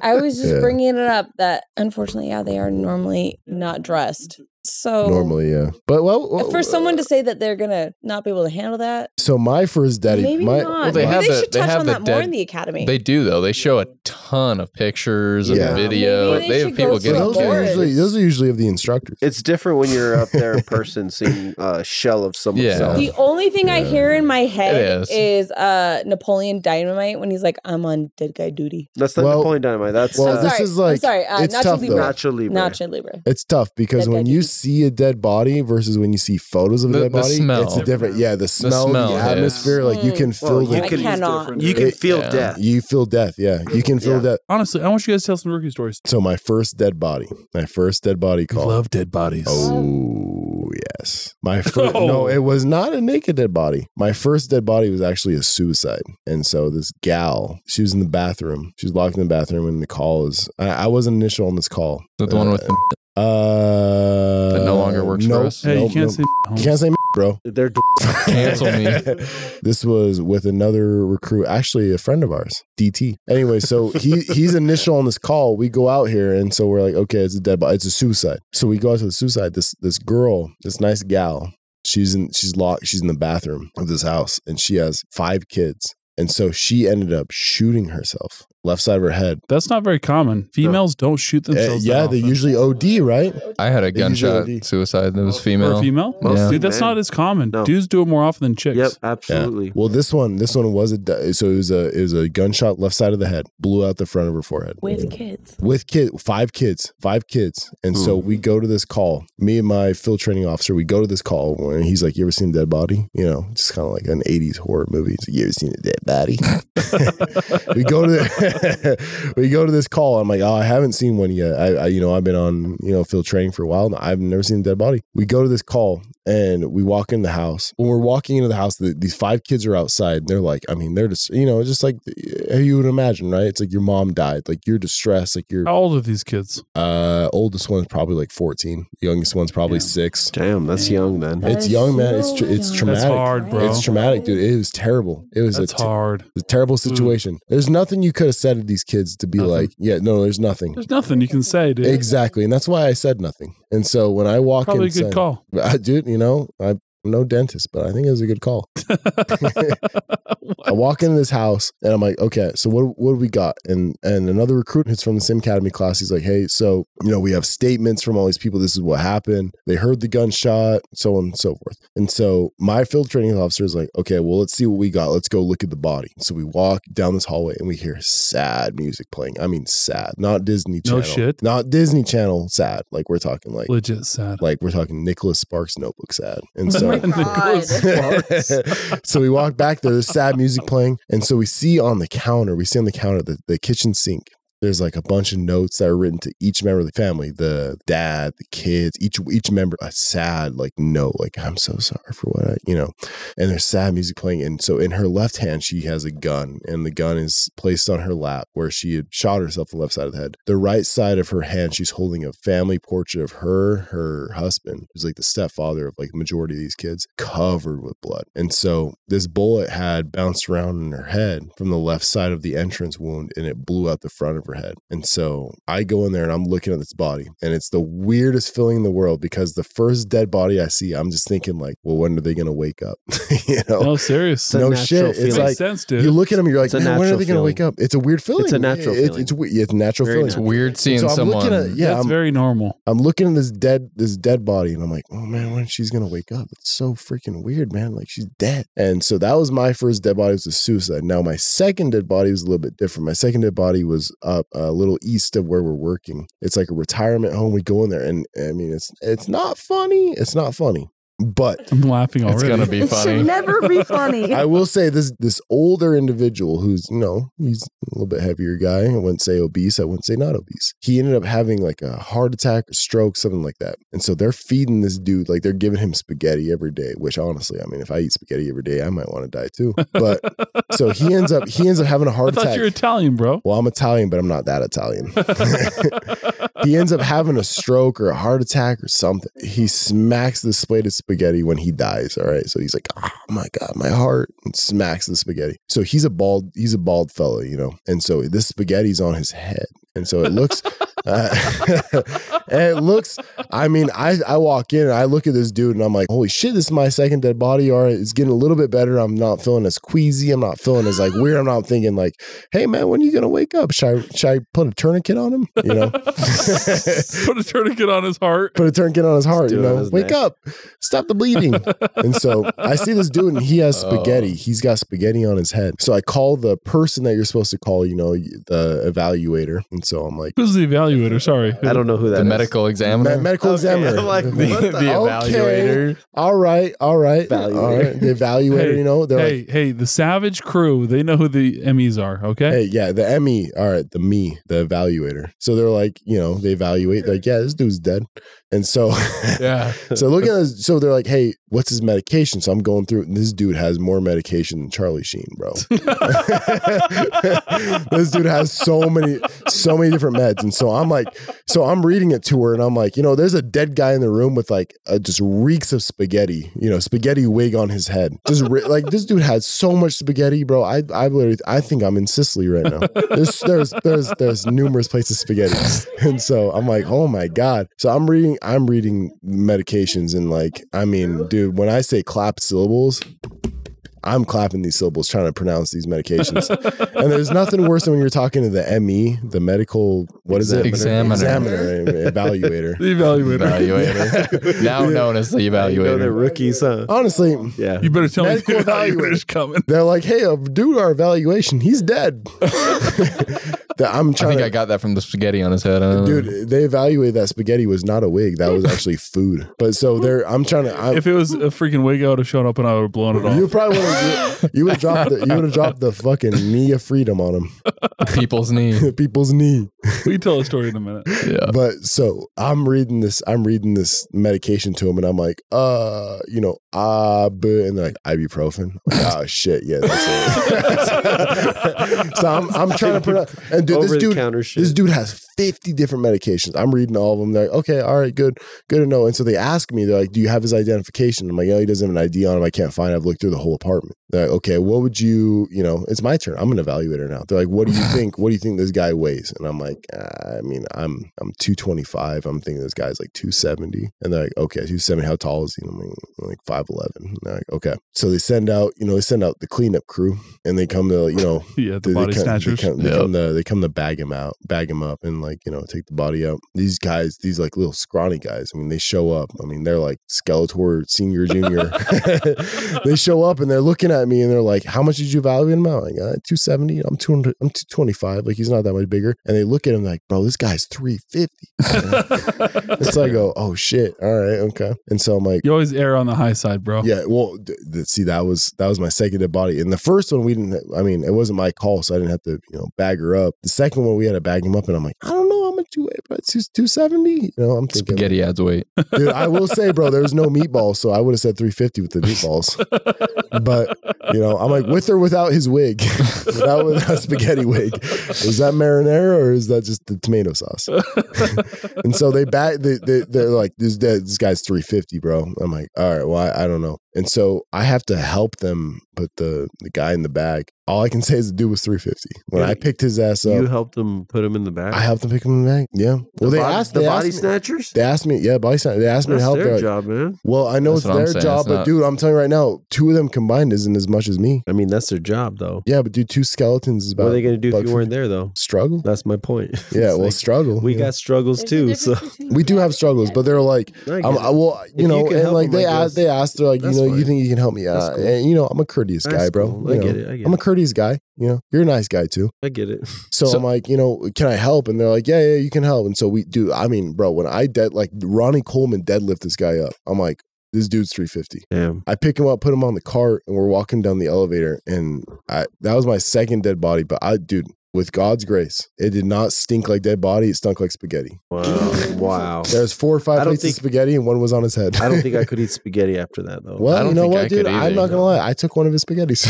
[SPEAKER 5] I was just
[SPEAKER 4] Yeah.
[SPEAKER 5] bringing it up that unfortunately, yeah, they are normally not dressed. So
[SPEAKER 4] Normally, yeah. But well, well,
[SPEAKER 5] for someone to say that they're gonna not be able to handle that,
[SPEAKER 4] So my first daddy,
[SPEAKER 5] maybe
[SPEAKER 4] my
[SPEAKER 5] not.
[SPEAKER 2] Well, they
[SPEAKER 5] maybe
[SPEAKER 2] have
[SPEAKER 5] they
[SPEAKER 2] the-
[SPEAKER 5] should
[SPEAKER 2] they
[SPEAKER 5] touch
[SPEAKER 2] have
[SPEAKER 5] on
[SPEAKER 2] the
[SPEAKER 5] that more
[SPEAKER 2] dead-
[SPEAKER 5] in the academy.
[SPEAKER 2] They do though. They show a ton of pictures
[SPEAKER 4] Yeah.
[SPEAKER 2] and video.
[SPEAKER 5] Maybe
[SPEAKER 2] They,
[SPEAKER 5] they
[SPEAKER 2] have
[SPEAKER 5] should
[SPEAKER 2] people
[SPEAKER 4] So
[SPEAKER 5] go for
[SPEAKER 2] getting
[SPEAKER 4] those are
[SPEAKER 5] Boris.
[SPEAKER 4] usually those are usually of the instructors.
[SPEAKER 6] It's different when you're up there in person seeing a shell of someone's
[SPEAKER 2] Yeah.
[SPEAKER 6] self.
[SPEAKER 5] The only thing I
[SPEAKER 4] Yeah.
[SPEAKER 5] hear in my head
[SPEAKER 2] is.
[SPEAKER 5] is. uh Napoleon Dynamite when he's like, "I'm on dead guy duty."
[SPEAKER 6] That's not
[SPEAKER 4] Well-
[SPEAKER 6] Napoleon Dynamite. That's
[SPEAKER 4] well,
[SPEAKER 5] I'm
[SPEAKER 4] this
[SPEAKER 5] sorry.
[SPEAKER 4] is like
[SPEAKER 5] I'm sorry, uh,
[SPEAKER 4] it's
[SPEAKER 5] Nacho
[SPEAKER 4] tough
[SPEAKER 5] Libre.
[SPEAKER 4] though.
[SPEAKER 6] Nacho Libre.
[SPEAKER 5] Nacho Libre.
[SPEAKER 4] It's tough because
[SPEAKER 5] Dead
[SPEAKER 4] when
[SPEAKER 5] guy
[SPEAKER 4] you
[SPEAKER 5] duty.
[SPEAKER 4] see a dead body versus when you see photos of a
[SPEAKER 2] The-
[SPEAKER 4] dead
[SPEAKER 2] the
[SPEAKER 4] body, it's
[SPEAKER 2] smell.
[SPEAKER 4] a different. Yeah, the smell, the,
[SPEAKER 2] smell is-
[SPEAKER 4] atmosphere, like you can feel
[SPEAKER 6] Well,
[SPEAKER 4] the
[SPEAKER 6] you
[SPEAKER 5] I
[SPEAKER 6] can-
[SPEAKER 5] cannot.
[SPEAKER 6] you can
[SPEAKER 4] It-
[SPEAKER 6] feel
[SPEAKER 2] yeah.
[SPEAKER 6] death.
[SPEAKER 4] You feel death. Yeah, you can feel
[SPEAKER 6] Yeah.
[SPEAKER 4] death.
[SPEAKER 1] Honestly, I want you guys to tell some rookie stories.
[SPEAKER 4] So my first dead body, my first dead body
[SPEAKER 1] You
[SPEAKER 4] call.
[SPEAKER 1] love dead bodies.
[SPEAKER 4] Oh yes, my first.
[SPEAKER 1] Oh.
[SPEAKER 4] No, it was not a naked dead body. My first dead body was actually a suicide. And so this gal, she was in the bathroom. She was locked in the bathroom, and the call is. I, I was an initial on this call.
[SPEAKER 2] The one with the,
[SPEAKER 4] Uh,
[SPEAKER 2] that no longer works
[SPEAKER 4] no,
[SPEAKER 2] for us.
[SPEAKER 1] Hey, you
[SPEAKER 4] no,
[SPEAKER 1] can't
[SPEAKER 4] no.
[SPEAKER 1] say
[SPEAKER 4] You can't say bro.
[SPEAKER 6] They're d-
[SPEAKER 2] Cancel me.
[SPEAKER 4] This was with another recruit, actually a friend of ours, DT. Anyway, so he he's initial on this call. We go out here, and so we're like, okay, it's a dead body, it's a suicide. So we go out to the suicide. This this girl, this nice gal, she's in she's locked, she's in the bathroom of this house, and she has five kids. And so she ended up shooting herself, left side of her head.
[SPEAKER 1] That's not very common. Females don't shoot
[SPEAKER 4] Uh,
[SPEAKER 1] themselves.
[SPEAKER 4] yeah,
[SPEAKER 1] that
[SPEAKER 4] they
[SPEAKER 1] often.
[SPEAKER 4] usually OD, right?
[SPEAKER 2] I had a
[SPEAKER 4] They usually
[SPEAKER 2] gunshot
[SPEAKER 4] OD.
[SPEAKER 2] suicide that was
[SPEAKER 1] Or
[SPEAKER 2] female.
[SPEAKER 1] a female?
[SPEAKER 2] Most
[SPEAKER 1] Dude, that's
[SPEAKER 6] men.
[SPEAKER 1] not as common.
[SPEAKER 6] No.
[SPEAKER 1] Dudes do it more often than chicks.
[SPEAKER 6] Yep, absolutely.
[SPEAKER 4] Well, this one, this one was a di- so it was a it was a gunshot left side of the head, blew out the front of her forehead
[SPEAKER 5] With kids.
[SPEAKER 4] with kid five kids five kids and so we go to this call me and my field training officer we go to this call and he's like you ever seen dead body you know just kind of like an 80s horror movie he's like, you ever seen a dead body we go to the, we go to this call i'm like oh i haven't seen one yet I, I you know i've been on you know field training for a while now i've never seen a dead body we go to this call and we walk in the house when we're walking into the house the, these five kids are outside and they're like i mean they're just you know just like uh, you would imagine right it's like your mom died like you're distressed like you're
[SPEAKER 1] How old are these kids?
[SPEAKER 4] uh, oldest one's probably like fourteen. Youngest one's probably
[SPEAKER 1] Yeah.
[SPEAKER 4] six.
[SPEAKER 6] Damn, that's young then.
[SPEAKER 4] It's young, man. It's tr- it's
[SPEAKER 1] That's
[SPEAKER 4] Traumatic.
[SPEAKER 1] hard, bro.
[SPEAKER 4] It's traumatic, dude. It was terrible. It was a
[SPEAKER 1] That's
[SPEAKER 4] t-
[SPEAKER 1] hard.
[SPEAKER 4] a terrible situation. There's nothing you could have said to these kids to be
[SPEAKER 1] Mm. Nothing.
[SPEAKER 4] like, yeah, no, there's nothing.
[SPEAKER 1] There's nothing you can say, dude.
[SPEAKER 4] Exactly, and that's why I said nothing. And so when I walk
[SPEAKER 1] Probably a
[SPEAKER 4] in,
[SPEAKER 1] good call.
[SPEAKER 4] dude, you know, I'm no dentist, but I think it was a good call. I walk into this house and I'm like, okay, so what what do we got? And and another recruit who's from the Sim Academy class, he's like, hey, so you know, we have statements from all these people. This is what happened. They heard the gunshot, so on and so forth. And so my field training officer is like, okay, well, let's see what we got. Let's go look at the body. So we walk down this hallway and we hear sad music playing. I mean, sad, not Disney
[SPEAKER 1] No
[SPEAKER 4] Channel,
[SPEAKER 1] shit.
[SPEAKER 4] not Disney Channel, sad. Like we're talking like
[SPEAKER 1] Legit sad.
[SPEAKER 4] like we're talking Nicholas Sparks Notebook sad. And so
[SPEAKER 1] Nicholas Sparks.
[SPEAKER 4] so we walk back there, there's sad music playing. And so we see on the counter, we see on the counter the, the kitchen sink. There's like a bunch of notes that are written to each member of the family, the dad, the kids, each each member a sad like note, like I'm so sorry for what I, you know. And there's sad music playing. And so in her left hand, she has a gun, and the gun is placed on her lap where she had shot herself in the left side of the head. The right side of her hand, she's holding a family portrait of her, her husband, who's like the stepfather of like the majority of these kids, covered with blood. And so this bullet had bounced around in her head from the left side of the entrance wound and it blew out the front of her overhead. And so I go in there and I'm looking at this body, and it's the weirdest feeling in the world because the first dead body I see, I'm just thinking like, well, when are they going to wake up? you know,
[SPEAKER 1] No, serious.
[SPEAKER 3] It's a
[SPEAKER 4] no
[SPEAKER 3] natural
[SPEAKER 4] shit.
[SPEAKER 3] feeling.
[SPEAKER 4] It's
[SPEAKER 1] Makes
[SPEAKER 4] like
[SPEAKER 1] sense, dude.
[SPEAKER 4] you look at them, you're like,
[SPEAKER 3] It's a
[SPEAKER 4] "Man, when are
[SPEAKER 3] natural
[SPEAKER 4] they going to
[SPEAKER 3] feeling.
[SPEAKER 4] wake up? It's a weird feeling.
[SPEAKER 3] It's a natural
[SPEAKER 4] It-
[SPEAKER 3] feeling.
[SPEAKER 4] It's we- it's a natural
[SPEAKER 3] Very
[SPEAKER 4] feeling.
[SPEAKER 2] It's
[SPEAKER 3] natural.
[SPEAKER 2] weird seeing
[SPEAKER 4] So I'm
[SPEAKER 2] someone.
[SPEAKER 4] looking at- yeah,
[SPEAKER 1] That's
[SPEAKER 4] I'm-
[SPEAKER 1] very normal.
[SPEAKER 4] I'm looking at this dead this dead body and I'm like, oh man, when she's gonna wake up? It's so freaking weird, man. Like she's dead. And so that was my first dead body was a suicide. Now my second dead body was a little bit different. My second dead body was up uh, a little east of where we're working. It's like a retirement home. We go in there and I mean it's it's not funny. It's not funny. But
[SPEAKER 1] I'm laughing already.
[SPEAKER 2] It's gonna be
[SPEAKER 5] It
[SPEAKER 2] funny.
[SPEAKER 5] should never be funny.
[SPEAKER 4] I will say this this older individual who's you know he's a little bit heavier guy. I wouldn't say obese. I wouldn't say not obese. He ended up having like a heart attack, or stroke, something like that. And so they're feeding this dude like they're giving him spaghetti every day. Which honestly, I mean, if I eat spaghetti every day, I might want to die too. But uh, so he ends up he ends up having a
[SPEAKER 1] I
[SPEAKER 4] heart
[SPEAKER 1] thought
[SPEAKER 4] attack.
[SPEAKER 1] you were Italian, bro.
[SPEAKER 4] well, I'm Italian, but I'm not that Italian. he ends up having a stroke or a heart attack or something. He smacks this plate of spaghetti when he dies. All right. So he's like, oh my God, my heart and smacks the spaghetti. So he's a bald, he's a bald fella, you know. And so this spaghetti's on his head. And so it looks uh, and it looks, I mean, I, I walk in and I look at this dude and I'm like, holy shit, this is my second dead body. All right, it's getting a little bit better. I'm not feeling as queasy. I'm not feeling as like weird. I'm not thinking like, hey man, when are you gonna wake up? Should I should I put a tourniquet on him? You know?
[SPEAKER 1] Put a tourniquet on his heart.
[SPEAKER 4] put a tourniquet on his heart.
[SPEAKER 3] do
[SPEAKER 4] You
[SPEAKER 3] it on
[SPEAKER 4] know,
[SPEAKER 3] his
[SPEAKER 4] wake
[SPEAKER 3] neck.
[SPEAKER 4] up, stop the bleeding. and so I see this dude, and he has spaghetti.
[SPEAKER 2] Oh.
[SPEAKER 4] He's got spaghetti on his head. So I call the person that you're supposed to call. You know, the evaluator. And so I'm like,
[SPEAKER 1] Who's the evaluator? Sorry.
[SPEAKER 3] I don't know who that
[SPEAKER 2] the
[SPEAKER 3] is.
[SPEAKER 2] medical examiner.
[SPEAKER 4] "Me- medical
[SPEAKER 3] Okay,
[SPEAKER 4] examiner.
[SPEAKER 3] I'm like,
[SPEAKER 2] the, the
[SPEAKER 3] What the-
[SPEAKER 2] evaluator.
[SPEAKER 4] All right, all right,
[SPEAKER 3] Evaluator.
[SPEAKER 4] all right. The evaluator.
[SPEAKER 1] Hey,
[SPEAKER 4] you know, they're
[SPEAKER 1] Hey,
[SPEAKER 4] like.
[SPEAKER 1] hey, the Savage crew, they know who the Emmys are, okay?
[SPEAKER 4] Hey, yeah, the Emmy, all right, the me, the evaluator. So they're like, you know, they evaluate, they're like, yeah, this dude's dead. And so
[SPEAKER 1] Yeah.
[SPEAKER 4] so look at this, so they're like, hey, what's his medication? So I'm going through, and this dude has more medication than Charlie Sheen, bro. this dude has so many, so many different meds, and so I'm like, so I'm reading it to her, and I'm like, you know, there's a dead guy in the room with like a, just reeks of spaghetti, you know, spaghetti wig on his head, just re- like this dude has so much spaghetti, bro. I I literally, I think I'm in Sicily right now. There's there's there's there's numerous places spaghetti, and so I'm like, oh my god. So I'm reading, I'm reading medications, and like, I mean, dude, when I say clap syllables. I'm clapping these syllables trying to pronounce these medications. and there's nothing worse than when you're talking to the ME, the medical, what is it?
[SPEAKER 2] Examiner.
[SPEAKER 4] Examiner, evaluator.
[SPEAKER 1] The evaluator.
[SPEAKER 2] Evaluator. now known as the
[SPEAKER 3] I didn't know they're
[SPEAKER 2] evaluator.
[SPEAKER 3] rookies, huh?
[SPEAKER 4] Honestly,
[SPEAKER 3] Yeah.
[SPEAKER 1] You better tell
[SPEAKER 4] Medical
[SPEAKER 1] me the evaluator's coming.
[SPEAKER 4] they're like, hey, uh, do our evaluation. He's dead. That- I'm
[SPEAKER 2] I
[SPEAKER 4] trying
[SPEAKER 2] think
[SPEAKER 4] to.
[SPEAKER 2] I got that from the spaghetti on his head. I don't know.
[SPEAKER 4] Dude, they evaluated that spaghetti was not a wig. That was actually food. But so they're, I'm trying to. I'm,
[SPEAKER 1] If it was a freaking wig, I would have shown up and I would have blown it off.
[SPEAKER 4] you probably would have, you would have dropped the, you would have dropped the fucking knee of freedom on him,
[SPEAKER 2] people's knee.
[SPEAKER 4] the people's knee.
[SPEAKER 1] we can tell a story in a minute.
[SPEAKER 2] Yeah.
[SPEAKER 4] But so I'm reading this, I'm reading this medication to him, and I'm like, uh, you know, ah, but and they're like ibuprofen. I'm like, oh shit, yeah, that's it. so I'm I'm trying to pronounce and dude,
[SPEAKER 3] Over
[SPEAKER 4] this
[SPEAKER 3] the
[SPEAKER 4] dude
[SPEAKER 3] counter
[SPEAKER 4] this
[SPEAKER 3] shit.
[SPEAKER 4] dude has 50 different medications. I'm reading all of them. They're like, okay, all right, good, good to know. And so they ask me, they're like, do you have his identification? I'm like, yeah, he doesn't have an ID on him. I can't find it. I've looked through the whole apartment. They're like, okay, what would you, you know, it's my turn. I'm an evaluator now. They're like, what do you think? What do you think this guy weighs? And I'm like, uh, I mean, I'm I'm 225. I'm thinking this guy's like 270. And they're like, okay, 270. How tall is he? And I'm like, I'm like 5'11. And they're like, okay. So they send out, you know, they send out the cleanup crew and they come to, you know,
[SPEAKER 1] Yeah, the
[SPEAKER 4] they-
[SPEAKER 1] body
[SPEAKER 4] they come,
[SPEAKER 1] snatchers.
[SPEAKER 4] They come, they
[SPEAKER 2] Yep.
[SPEAKER 4] come to they come to bag him out, bag him up, and like you know take the body out. These guys, these like little scrawny guys. I mean, they show up. I mean, they're like Skeletor senior junior. they show up and they're looking at me and they're like, "How much did you value him out?" Like, uh, 270. I'm 200. I'm 225. Like he's not that much bigger. And they look at him like, "Bro, this guy's 350." and so I go, "Oh shit! All right, okay." And so I'm like.
[SPEAKER 1] you always err on the high side, bro.
[SPEAKER 4] Yeah, well, th- th- see, that was that was my second dead body, and the first one we didn't. I mean, it wasn't my call, so I didn't have to, you know, bag her up. The second one we had to bag him up, and I'm like, I don't know how much you weigh, but it's two seventy. You know, I'm thinking,
[SPEAKER 2] Spaghetti adds weight.
[SPEAKER 4] dude. I will say, bro, there was no meatballs, so I would have said three fifty with the meatballs. but you know, I'm like, with or without his wig, without without spaghetti wig, is that marinara or is that just the tomato sauce? and so they back they, they they're like this guy- this guy's 350 bro i'm like all right well I, I don't know and so i have to help them put the the guy in the bag All I can say is the dude was 350. When
[SPEAKER 3] Yeah,
[SPEAKER 4] I picked his ass up,
[SPEAKER 3] you helped them put him in the back.
[SPEAKER 4] I helped him pick him back. Yeah.
[SPEAKER 6] the
[SPEAKER 4] Well, they
[SPEAKER 6] body,
[SPEAKER 4] asked
[SPEAKER 6] the
[SPEAKER 4] they
[SPEAKER 6] body
[SPEAKER 4] asked me-
[SPEAKER 6] snatchers.
[SPEAKER 4] They asked me, yeah, body snatch. They asked me
[SPEAKER 3] That's
[SPEAKER 4] to help.
[SPEAKER 3] their
[SPEAKER 4] They're like,
[SPEAKER 3] job, man.
[SPEAKER 4] well, I know
[SPEAKER 2] That's
[SPEAKER 4] it's
[SPEAKER 2] what I'm
[SPEAKER 4] their
[SPEAKER 2] saying.
[SPEAKER 4] job,
[SPEAKER 2] It's
[SPEAKER 4] but
[SPEAKER 2] not-
[SPEAKER 4] dude, I'm telling you right now, two of them combined isn't as much as me.
[SPEAKER 3] I mean, that's their job, though.
[SPEAKER 4] Yeah, but dude, two skeletons is about.
[SPEAKER 3] what are they going to do
[SPEAKER 4] bug
[SPEAKER 3] if you
[SPEAKER 4] food.
[SPEAKER 3] weren't there, though?
[SPEAKER 4] struggle?
[SPEAKER 3] That's my point.
[SPEAKER 4] Yeah,
[SPEAKER 3] It's
[SPEAKER 4] well,
[SPEAKER 3] like,
[SPEAKER 4] struggle.
[SPEAKER 3] we
[SPEAKER 4] you know.
[SPEAKER 3] got struggles too. So
[SPEAKER 4] we do have struggles, but they're like,
[SPEAKER 3] I
[SPEAKER 4] I'm,
[SPEAKER 3] get
[SPEAKER 4] I,
[SPEAKER 3] it.
[SPEAKER 4] well,
[SPEAKER 3] If
[SPEAKER 4] you
[SPEAKER 3] you
[SPEAKER 4] know,
[SPEAKER 3] can
[SPEAKER 4] and
[SPEAKER 3] help
[SPEAKER 4] like
[SPEAKER 3] them,
[SPEAKER 4] they
[SPEAKER 3] I
[SPEAKER 4] asked,
[SPEAKER 3] guess.
[SPEAKER 4] they asked, they're like,
[SPEAKER 3] That's
[SPEAKER 4] you know, you
[SPEAKER 3] fine.
[SPEAKER 4] think you can help me?
[SPEAKER 3] That's
[SPEAKER 4] Uh,
[SPEAKER 3] cool.
[SPEAKER 4] And you know, I'm a courteous
[SPEAKER 3] That's
[SPEAKER 4] guy, bro.
[SPEAKER 3] cool.
[SPEAKER 4] You
[SPEAKER 3] I
[SPEAKER 4] know,
[SPEAKER 3] get it. I get
[SPEAKER 4] I'm a
[SPEAKER 3] it.
[SPEAKER 4] courteous guy. You know, you're a nice guy too.
[SPEAKER 3] I get it.
[SPEAKER 4] So,
[SPEAKER 2] So-
[SPEAKER 4] I'm like, you know, can I help? And they're like, yeah, yeah, you can help. And so we do. I mean, bro, when I dead like Ronnie Coleman deadlift this guy up, I'm like, this dude's 350.
[SPEAKER 3] Damn.
[SPEAKER 4] I pick him up, put him on the cart, and we're walking down the elevator. And I, that was my second dead body. But I, dude, with God's grace, it did not stink like dead body. It stunk like spaghetti.
[SPEAKER 3] Wow. wow.
[SPEAKER 4] There's four or
[SPEAKER 3] I
[SPEAKER 4] five
[SPEAKER 3] don't
[SPEAKER 4] plates
[SPEAKER 3] think-
[SPEAKER 4] of spaghetti, and one was on his head.
[SPEAKER 3] I don't think I could eat spaghetti after that, though.
[SPEAKER 4] Well,
[SPEAKER 2] I don't
[SPEAKER 4] you know
[SPEAKER 2] think
[SPEAKER 4] what,
[SPEAKER 2] I could
[SPEAKER 4] dude? I'm
[SPEAKER 2] either,
[SPEAKER 4] not gonna
[SPEAKER 2] no.
[SPEAKER 4] lie. I took one of his spaghettis.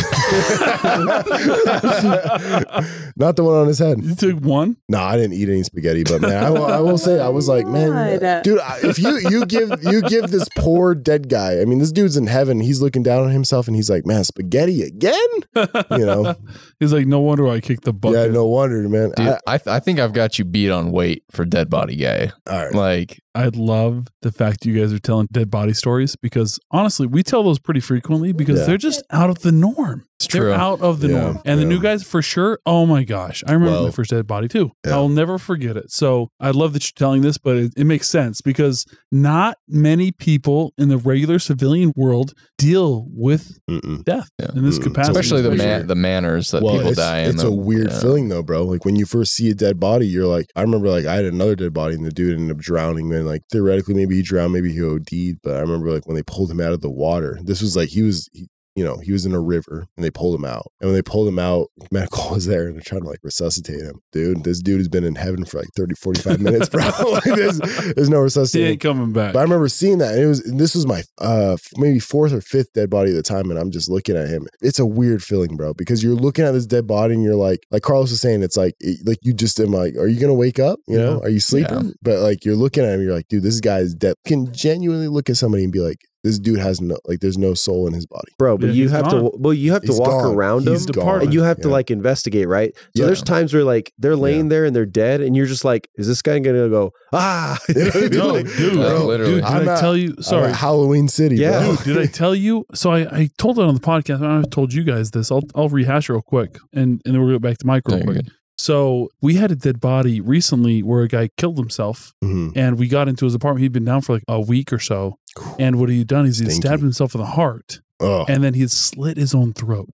[SPEAKER 4] not the one on his head.
[SPEAKER 1] You took one.
[SPEAKER 4] No, I didn't eat any spaghetti, but man, I will, I will say I was like, man,
[SPEAKER 5] God.
[SPEAKER 4] dude, I- if you you give you give this poor dead guy, I mean, this dude's in heaven. He's looking down on himself, and he's like, man, spaghetti again? You know,
[SPEAKER 1] He's like, no wonder I kicked the bucket.
[SPEAKER 4] yeah, no wonder, man.
[SPEAKER 2] Dude,
[SPEAKER 4] I,
[SPEAKER 2] I, th- I think I've got you beat on weight for dead body guy.
[SPEAKER 4] all right,
[SPEAKER 2] Like,
[SPEAKER 1] I love the fact you guys are telling dead body stories because honestly, we tell those pretty frequently because
[SPEAKER 4] Yeah.
[SPEAKER 1] they're just out of the norm.
[SPEAKER 2] it's
[SPEAKER 1] They're
[SPEAKER 2] true.
[SPEAKER 1] out of the
[SPEAKER 4] Yeah,
[SPEAKER 1] norm. And the
[SPEAKER 4] yeah.
[SPEAKER 1] new guys, for sure. Oh my gosh. I remember my
[SPEAKER 4] Well,
[SPEAKER 1] first dead body too.
[SPEAKER 4] yeah.
[SPEAKER 1] I'll never forget it. So I love that you're telling this, but it, it makes sense because not many people in the regular civilian world deal with
[SPEAKER 4] Mm-mm.
[SPEAKER 1] death
[SPEAKER 2] Yeah.
[SPEAKER 1] in this
[SPEAKER 4] Mm.
[SPEAKER 1] capacity.
[SPEAKER 2] Especially the
[SPEAKER 4] Especially-
[SPEAKER 2] man, the manners that people
[SPEAKER 4] it's,
[SPEAKER 2] die in.
[SPEAKER 4] it's
[SPEAKER 2] the-
[SPEAKER 4] a weird
[SPEAKER 2] yeah.
[SPEAKER 4] feeling though, bro. Like when you first see a dead body, you're like, I remember like I had another dead body and the dude ended up drowning. And like theoretically, maybe he drowned, maybe he OD'd. But I remember like when they pulled him out of the water, this was like he was. He, you know, he was in a river and they pulled him out. And when they pulled him out, medical was there and they're trying to like resuscitate him. Dude, this dude has been in heaven for like 30, 45 minutes, bro. like there's, there's no
[SPEAKER 1] He
[SPEAKER 4] resuscitating.
[SPEAKER 1] ain't coming back.
[SPEAKER 4] But I remember seeing that, and it was and this was my uh f- maybe fourth or fifth dead body at the time, and I'm just looking at him. It's a weird feeling, bro, because you're looking at this dead body, and you're like, like Carlos was saying, it's like it, like you just am like, are you gonna wake up? You know, are you sleeping? But like you're looking at him, you're like, dude, this guy is dead. Can genuinely look at somebody and be like, this dude has no like, there's no soul in his body.
[SPEAKER 3] bro, but
[SPEAKER 1] Yeah,
[SPEAKER 3] you
[SPEAKER 1] he's
[SPEAKER 3] have
[SPEAKER 1] gone.
[SPEAKER 3] to. Well, you have to
[SPEAKER 4] He's
[SPEAKER 3] walk
[SPEAKER 4] gone.
[SPEAKER 3] around
[SPEAKER 1] He's
[SPEAKER 3] him, and you have to
[SPEAKER 4] Yeah.
[SPEAKER 3] like investigate, right? So
[SPEAKER 4] Yeah.
[SPEAKER 3] there's times where like they're laying there and they're dead, and you're just like, is this guy gonna go ah? You know what I mean?
[SPEAKER 1] no,
[SPEAKER 3] Like,
[SPEAKER 1] dude,
[SPEAKER 2] No,
[SPEAKER 1] bro,
[SPEAKER 2] literally.
[SPEAKER 1] dude, did
[SPEAKER 4] I'm
[SPEAKER 1] i
[SPEAKER 4] at-
[SPEAKER 1] tell you? Sorry,
[SPEAKER 4] Sorry, Halloween City.
[SPEAKER 3] Yeah.
[SPEAKER 4] bro.
[SPEAKER 1] Dude, did I tell you? So I, I told it on the podcast. and I told you guys this. I'll, I'll rehash real quick, and, and then we'll go back to Mike
[SPEAKER 2] No,
[SPEAKER 1] real
[SPEAKER 2] you're
[SPEAKER 1] quick.
[SPEAKER 2] good.
[SPEAKER 1] So we had a dead body recently where a guy killed himself,
[SPEAKER 4] Mhm.
[SPEAKER 1] and we got into his apartment. He'd been down for like a week or so, and what he had done is he had
[SPEAKER 4] Stinky.
[SPEAKER 1] stabbed himself in the heart,
[SPEAKER 4] Oh,
[SPEAKER 1] and then he had slit his own throat.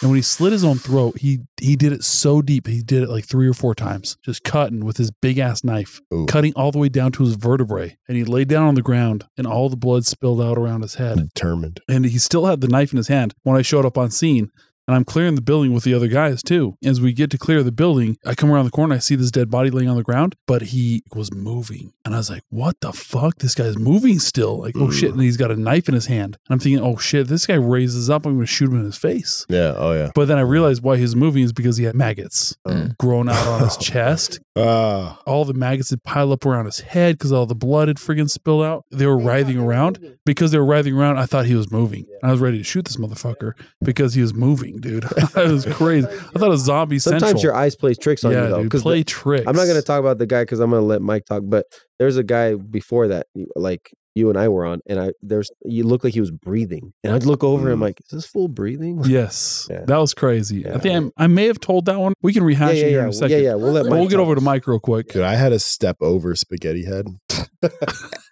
[SPEAKER 1] And when he slit his own throat, he he did it so deep. He did it like three or four times, just cutting with his big ass knife,
[SPEAKER 4] Ooh.
[SPEAKER 1] cutting all the way down to his vertebrae. And he laid down on the ground, and all the blood spilled out around his head
[SPEAKER 4] determined.
[SPEAKER 1] and he still had the knife in his hand when I showed up on scene. And I'm clearing the building with the other guys too. As we get to clear the building, I come around the corner, I see this dead body laying on the ground, but he was moving. And I was like, what the fuck? This guy's moving still. Like, oh shit. And he's got a knife in his hand. And I'm thinking, oh shit, this guy raises up. I'm going to shoot him in his face.
[SPEAKER 4] Yeah. Oh yeah.
[SPEAKER 1] But then I realized why he's moving is because he had maggots
[SPEAKER 2] Mm.
[SPEAKER 1] growing out on his chest.
[SPEAKER 4] Ah.
[SPEAKER 1] All the maggots had piled up around his head because all the blood had friggin' spilled out. They were writhing around because they were writhing around, I thought he was moving. I was ready to shoot this motherfucker because he was moving, dude. it was crazy. I thought a zombie
[SPEAKER 3] Sometimes
[SPEAKER 1] central.
[SPEAKER 3] your eyes play tricks on
[SPEAKER 1] yeah,
[SPEAKER 3] you though.
[SPEAKER 1] dude,
[SPEAKER 3] 'cause
[SPEAKER 1] play
[SPEAKER 3] the-
[SPEAKER 1] tricks.
[SPEAKER 3] I'm not gonna talk about the guy because I'm gonna let Mike talk. But there's a guy before that, like you and I were on, and I there's you look like he was breathing, and I'd look over and I'm
[SPEAKER 4] Mm.
[SPEAKER 3] like, is this fool breathing?
[SPEAKER 1] Yes,
[SPEAKER 3] Yeah.
[SPEAKER 1] that was crazy. I
[SPEAKER 3] Yeah.
[SPEAKER 1] think I'm- i may have told that one. We can
[SPEAKER 3] yeah,
[SPEAKER 1] rehash
[SPEAKER 3] yeah,
[SPEAKER 1] it here
[SPEAKER 3] yeah,
[SPEAKER 1] in a
[SPEAKER 3] yeah,
[SPEAKER 1] second.
[SPEAKER 3] yeah, We'll let
[SPEAKER 1] But
[SPEAKER 3] Mike
[SPEAKER 1] we'll get
[SPEAKER 3] talk.
[SPEAKER 1] over to Mike real quick.
[SPEAKER 4] Dude, I had a step over Spaghetti Head,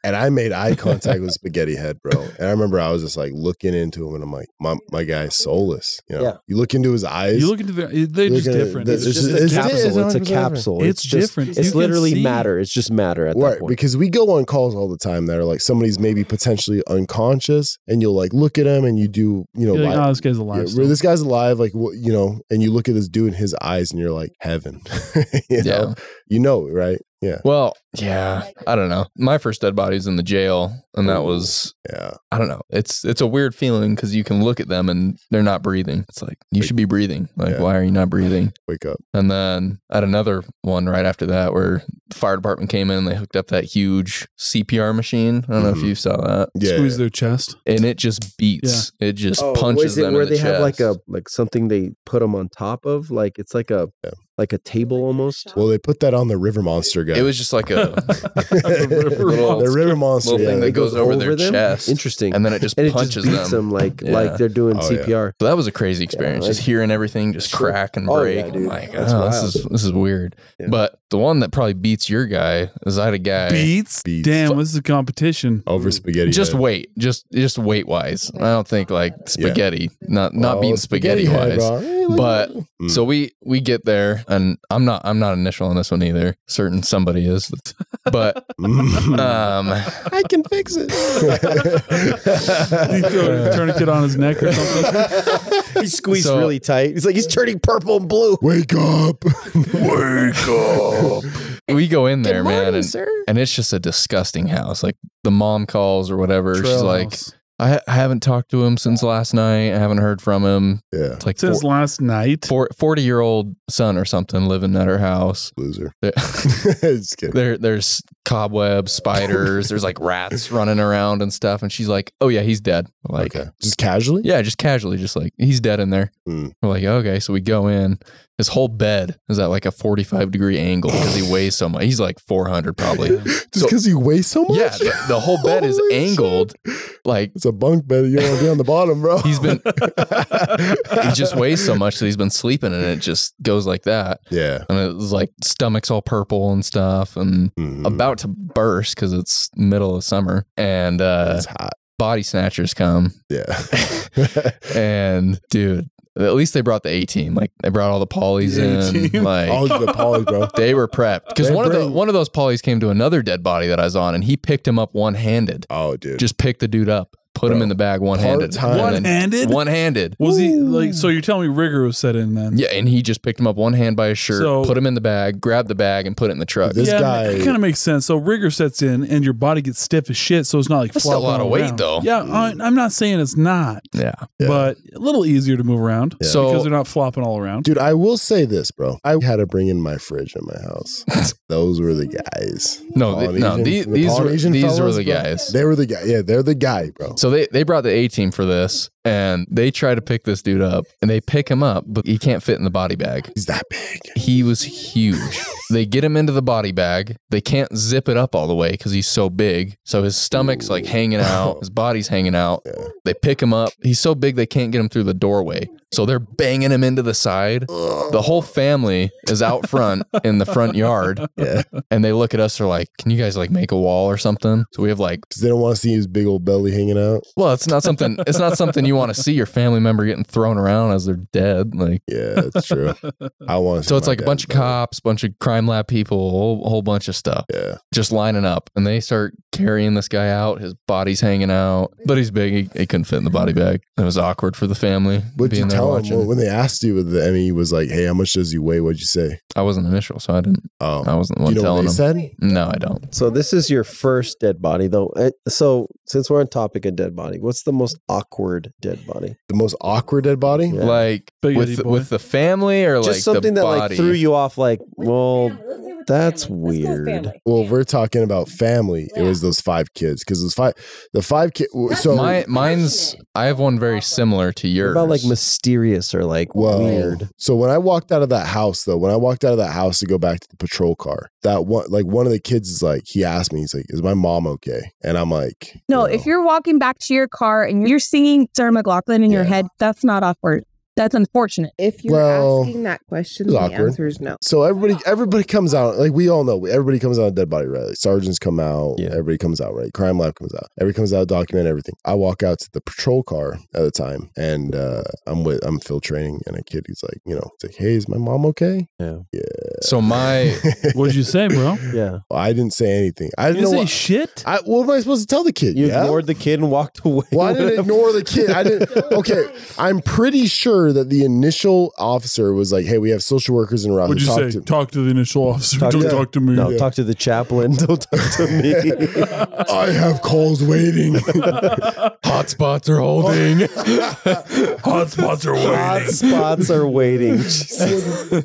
[SPEAKER 4] and I made eye contact with Spaghetti Head, bro. And I remember I was just like looking into him, and I'm like, my my guy's soulless. You know,
[SPEAKER 3] Yeah.
[SPEAKER 4] you look into his eyes.
[SPEAKER 1] You look into the, they're
[SPEAKER 4] look
[SPEAKER 1] just
[SPEAKER 4] at it,
[SPEAKER 1] different.
[SPEAKER 4] the-
[SPEAKER 1] It's,
[SPEAKER 4] it's
[SPEAKER 1] just
[SPEAKER 4] just-
[SPEAKER 1] a
[SPEAKER 4] it's
[SPEAKER 1] capsule.
[SPEAKER 4] di-
[SPEAKER 3] capsule. It's a
[SPEAKER 4] 100% different.
[SPEAKER 3] capsule.
[SPEAKER 1] It's
[SPEAKER 3] just,
[SPEAKER 1] different. You
[SPEAKER 3] It's
[SPEAKER 1] can
[SPEAKER 3] literally
[SPEAKER 1] see.
[SPEAKER 3] matter. It's just matter at
[SPEAKER 4] right
[SPEAKER 3] that point.
[SPEAKER 4] because we go on calls all the time that are like somebody's maybe potentially unconscious, and you'll like look at him, and you do you know
[SPEAKER 1] You're like,
[SPEAKER 4] li-
[SPEAKER 1] oh, this guy's
[SPEAKER 4] yeah,
[SPEAKER 1] alive.
[SPEAKER 4] where
[SPEAKER 1] still."
[SPEAKER 4] this guy's alive, like what you know, and you look at this dude in his eyes, and you're like heaven.
[SPEAKER 2] Yeah.
[SPEAKER 4] you know, you know, it, right? Yeah.
[SPEAKER 2] Well, yeah, I don't know. My first dead body was in the jail, and that was
[SPEAKER 4] Yeah.
[SPEAKER 2] I don't know. It's it's a weird feeling because you can look at them and they're not breathing. It's like you should be breathing. Like
[SPEAKER 4] Yeah.
[SPEAKER 2] why are you not breathing?
[SPEAKER 4] Wake up.
[SPEAKER 2] And then I had another one right after that where the fire department came in. and They hooked up that huge CPR machine. I don't know
[SPEAKER 4] Mhm.
[SPEAKER 3] Mm-hmm.
[SPEAKER 2] if you saw that,
[SPEAKER 4] Yeah.
[SPEAKER 1] Squeeze their chest.
[SPEAKER 2] and it just beats. It just
[SPEAKER 3] Oh,
[SPEAKER 2] punches
[SPEAKER 3] was it
[SPEAKER 2] them
[SPEAKER 3] where
[SPEAKER 2] in the
[SPEAKER 3] they have like a
[SPEAKER 2] chest.
[SPEAKER 3] like something they put them on top of? Like it's like a
[SPEAKER 4] Yeah.
[SPEAKER 3] like a table almost.
[SPEAKER 4] Well, they put that on the river monster guy.
[SPEAKER 2] It was just like a
[SPEAKER 1] The river
[SPEAKER 2] Little-
[SPEAKER 4] the
[SPEAKER 1] monster.
[SPEAKER 4] river monster.
[SPEAKER 2] little
[SPEAKER 4] Yeah.
[SPEAKER 2] thing that
[SPEAKER 3] It
[SPEAKER 2] goes over their
[SPEAKER 3] them?
[SPEAKER 2] chest.
[SPEAKER 3] Interesting.
[SPEAKER 2] and then it just
[SPEAKER 3] and it
[SPEAKER 2] punches
[SPEAKER 3] just beats
[SPEAKER 2] them.
[SPEAKER 3] them, like
[SPEAKER 2] Yeah.
[SPEAKER 3] like they're doing
[SPEAKER 4] Oh, yeah.
[SPEAKER 3] CPR.
[SPEAKER 2] So that was a crazy experience,
[SPEAKER 3] like-
[SPEAKER 2] just hearing everything just
[SPEAKER 3] Sure.
[SPEAKER 2] crack and
[SPEAKER 3] Oh,
[SPEAKER 2] break.
[SPEAKER 3] yeah,
[SPEAKER 2] I'm
[SPEAKER 3] dude.
[SPEAKER 2] like,
[SPEAKER 3] That's
[SPEAKER 2] oh, this
[SPEAKER 3] wild.
[SPEAKER 2] is this is weird.
[SPEAKER 3] Yeah.
[SPEAKER 2] But the one that probably beats your guy is I had a guy.
[SPEAKER 1] Beats.
[SPEAKER 4] Beats.
[SPEAKER 1] Damn, this is a competition.
[SPEAKER 2] Oh,
[SPEAKER 4] over spaghetti.
[SPEAKER 2] Just
[SPEAKER 4] head.
[SPEAKER 2] weight, just just weight wise. I don't think like spaghetti, not not
[SPEAKER 4] Well,
[SPEAKER 2] being spaghetti, wise.
[SPEAKER 4] head, bro. Hey, look
[SPEAKER 2] But-
[SPEAKER 4] at that. Mm.
[SPEAKER 2] So we we get there, and I'm not I'm not initial on this one either. Certain somebody is, but
[SPEAKER 3] Hmm.
[SPEAKER 2] um,
[SPEAKER 4] I can fix it.
[SPEAKER 1] You throw a tourniquet on his neck or something.
[SPEAKER 3] he squeezed
[SPEAKER 2] So-
[SPEAKER 3] really tight. He's like he's turning purple and blue.
[SPEAKER 4] Wake up. Wake up.
[SPEAKER 2] we go in there,
[SPEAKER 4] Good
[SPEAKER 2] man,
[SPEAKER 4] morning,
[SPEAKER 2] and,
[SPEAKER 4] sir.
[SPEAKER 2] and it's just a disgusting house. Like the mom calls or whatever, she's
[SPEAKER 1] Trail
[SPEAKER 2] like,
[SPEAKER 1] house.
[SPEAKER 2] I, I haven't talked to him since last night. I haven't heard from him.
[SPEAKER 4] Yeah.
[SPEAKER 2] It's like
[SPEAKER 1] since last night.
[SPEAKER 2] four, 40 year old son or something living at her house.
[SPEAKER 4] Loser.
[SPEAKER 2] There-
[SPEAKER 4] Just kidding.
[SPEAKER 2] there, there's cobwebs, spiders. there's like rats running around and stuff. And she's like, "Oh yeah, he's dead." We're Like,
[SPEAKER 4] okay. Just casually?
[SPEAKER 2] yeah, just casually, just like he's dead in there.
[SPEAKER 4] Hmm.
[SPEAKER 2] We're like, okay. So we go in. His whole bed is at like a 45 degree angle because he weighs so much. He's like 400 probably.
[SPEAKER 4] Just because you weigh so much?
[SPEAKER 2] yeah, the, the whole bed is
[SPEAKER 4] Holy shit.
[SPEAKER 2] angled. Like
[SPEAKER 4] It's a bunk bed. You don't want to be on the bottom, bro.
[SPEAKER 2] He's been- he just weighs so much that he's been sleeping and it just goes like that.
[SPEAKER 4] Yeah.
[SPEAKER 2] And it was like stomach's all purple and stuff and
[SPEAKER 4] Mhm.
[SPEAKER 2] about to burst because it's middle of summer. And uh,
[SPEAKER 4] it's hot.
[SPEAKER 2] body snatchers come.
[SPEAKER 4] Yeah.
[SPEAKER 2] And dude, at least they brought the A team. Like they brought all the polys
[SPEAKER 1] The
[SPEAKER 2] in.
[SPEAKER 1] A-team.
[SPEAKER 4] All
[SPEAKER 2] Like
[SPEAKER 4] the Oh, poly, bro.
[SPEAKER 2] they were prepped. Because
[SPEAKER 4] They
[SPEAKER 2] one of the
[SPEAKER 4] bring-
[SPEAKER 2] one of those polys came to another dead body that I was on and he picked him up one handed.
[SPEAKER 4] Oh, dude.
[SPEAKER 2] Just picked the dude up, put him
[SPEAKER 4] Bro,
[SPEAKER 2] in the bag one handed.
[SPEAKER 4] part-time.
[SPEAKER 1] One-handed?
[SPEAKER 2] One handed.
[SPEAKER 1] Was he like? So you're telling me rigor was set in then?
[SPEAKER 2] Yeah, and he just picked him up one hand by his shirt,
[SPEAKER 1] So-
[SPEAKER 2] put him in the bag, grabbed the bag, and put it in the truck.
[SPEAKER 4] This-
[SPEAKER 1] yeah,
[SPEAKER 4] guy-
[SPEAKER 1] it kind of makes sense. So rigor sets in, and your body gets stiff as shit. So it's not like
[SPEAKER 2] That's still a
[SPEAKER 1] flopping
[SPEAKER 2] lot of
[SPEAKER 1] all
[SPEAKER 2] weight,
[SPEAKER 1] around.
[SPEAKER 2] though.
[SPEAKER 1] Yeah, I, I'm not saying it's not,
[SPEAKER 2] yeah.
[SPEAKER 4] Yeah.
[SPEAKER 1] but a little easier to move around
[SPEAKER 4] Yeah.
[SPEAKER 2] So-
[SPEAKER 1] because they're not flopping all around.
[SPEAKER 4] Dude, I will say this, bro. I had to bring in my fridge in my house. Those were the guys.
[SPEAKER 2] No, Oh, the- no,
[SPEAKER 4] Polynesian-
[SPEAKER 2] the-
[SPEAKER 4] the
[SPEAKER 2] these were-
[SPEAKER 4] Polynesian
[SPEAKER 2] these were
[SPEAKER 4] fellas,
[SPEAKER 2] the
[SPEAKER 4] bro.
[SPEAKER 2] guys.
[SPEAKER 4] They were the guy. Yeah, they're the guy, bro.
[SPEAKER 2] So they, they brought the A team for this, and they try to pick this dude up, and they pick him up, but he can't fit in the body bag.
[SPEAKER 4] He's that big.
[SPEAKER 2] He was huge. they get him into the body bag. They can't zip it up all the way because he's so big. So his stomach's like hanging out, his body's hanging out.
[SPEAKER 4] Yeah.
[SPEAKER 2] They pick him up. He's so big they can't get him through the doorway. So they're banging him into the side. The whole family is out front in the front yard.
[SPEAKER 4] Yeah.
[SPEAKER 2] And they look at us, they're like, Can you guys like make a wall or something? So we have like,
[SPEAKER 4] Because they don't want to see his big old belly hanging out.
[SPEAKER 2] well, it's not something it's not something you want to see your family member getting thrown around as they're dead. Like
[SPEAKER 4] Yeah, that's true. I want to
[SPEAKER 2] so it's like a bunch of cops, bunch of crime lab people, a whole, whole bunch of stuff
[SPEAKER 4] Yeah.
[SPEAKER 2] just lining up and they start carrying this guy out. His body's hanging out, but he's big. He, he couldn't fit in the body bag. It was awkward for the family.
[SPEAKER 4] What'd
[SPEAKER 2] being
[SPEAKER 4] you
[SPEAKER 2] there
[SPEAKER 4] tell him
[SPEAKER 2] watching
[SPEAKER 4] Well,
[SPEAKER 2] it.
[SPEAKER 4] when they asked you? The and he was like, "Hey, how much does he weigh?" What'd you say?
[SPEAKER 2] I wasn't initial, so I didn't.
[SPEAKER 4] Oh,
[SPEAKER 2] I wasn't the
[SPEAKER 4] you
[SPEAKER 2] one
[SPEAKER 4] know what
[SPEAKER 2] telling
[SPEAKER 4] they
[SPEAKER 2] him.
[SPEAKER 4] said?
[SPEAKER 2] No, I don't.
[SPEAKER 3] So this is your first dead body though. Uh, So since we're on topic of dead body, what's the most awkward dead body?
[SPEAKER 4] The most awkward dead body.
[SPEAKER 3] Yeah.
[SPEAKER 2] Like
[SPEAKER 1] Big
[SPEAKER 2] with
[SPEAKER 1] Eddie boy.
[SPEAKER 2] with the family or
[SPEAKER 3] Just
[SPEAKER 2] like
[SPEAKER 3] something
[SPEAKER 2] the
[SPEAKER 3] that
[SPEAKER 2] body.
[SPEAKER 3] like threw you off like, well, that's weird.
[SPEAKER 4] Well, we're talking about family. It
[SPEAKER 8] Yeah.
[SPEAKER 4] was those five kids because those five, the five kids. So
[SPEAKER 2] My, mine's. I have one very similar to
[SPEAKER 3] What
[SPEAKER 2] yours.
[SPEAKER 3] about like mysterious or like
[SPEAKER 4] Well,
[SPEAKER 3] weird?
[SPEAKER 4] So when I walked out of that house, though, when I walked out of that house to go back to the patrol car, that one, like one of the kids is like, he asked me, he's like, "Is my mom okay?" And I'm like,
[SPEAKER 5] No,
[SPEAKER 4] you
[SPEAKER 5] if
[SPEAKER 4] know,
[SPEAKER 5] you're walking back to your car and you're singing Sarah McLaughlin in your
[SPEAKER 4] Yeah.
[SPEAKER 5] head, that's not awkward. That's unfortunate.
[SPEAKER 7] If you're
[SPEAKER 4] Well,
[SPEAKER 7] asking that question,
[SPEAKER 4] it's
[SPEAKER 7] the
[SPEAKER 4] awkward.
[SPEAKER 7] answer is no.
[SPEAKER 4] So everybody, everybody comes out. Like we all know, everybody comes out a dead body, right? Like, sergeants come out.
[SPEAKER 3] Yeah.
[SPEAKER 4] Everybody comes out, right? Crime lab comes out. Everybody comes out, document everything. I walk out to the patrol car at the time, and uh, I'm with I'm field training, and a kid, he's like, you know, it's like, hey, is my mom okay?
[SPEAKER 3] Yeah.
[SPEAKER 4] yeah.
[SPEAKER 2] So my
[SPEAKER 1] What'd you say, bro?
[SPEAKER 3] Yeah.
[SPEAKER 4] I didn't say anything. I
[SPEAKER 1] You
[SPEAKER 4] didn't
[SPEAKER 1] didn't
[SPEAKER 4] know
[SPEAKER 1] say
[SPEAKER 4] what,
[SPEAKER 1] shit.
[SPEAKER 4] I, what am I supposed to tell the kid?
[SPEAKER 3] You
[SPEAKER 4] yeah?
[SPEAKER 3] ignored the kid and walked away.
[SPEAKER 4] Why did
[SPEAKER 3] with
[SPEAKER 4] I
[SPEAKER 3] a-
[SPEAKER 4] ignore the kid? I didn't. Okay, I'm pretty sure that the initial officer was like, "Hey, we have social workers in Raleigh.
[SPEAKER 1] What'd you
[SPEAKER 4] Talk
[SPEAKER 1] say?
[SPEAKER 4] to-
[SPEAKER 1] talk to the initial officer.
[SPEAKER 3] Talk-
[SPEAKER 1] Don't
[SPEAKER 3] yeah.
[SPEAKER 1] talk to me.
[SPEAKER 3] No, talk to the chaplain. Don't talk to me.
[SPEAKER 4] I have calls waiting.
[SPEAKER 2] hotspots are holding.
[SPEAKER 1] Hot spots are
[SPEAKER 3] Hot
[SPEAKER 1] waiting.
[SPEAKER 3] spots are waiting. Jesus.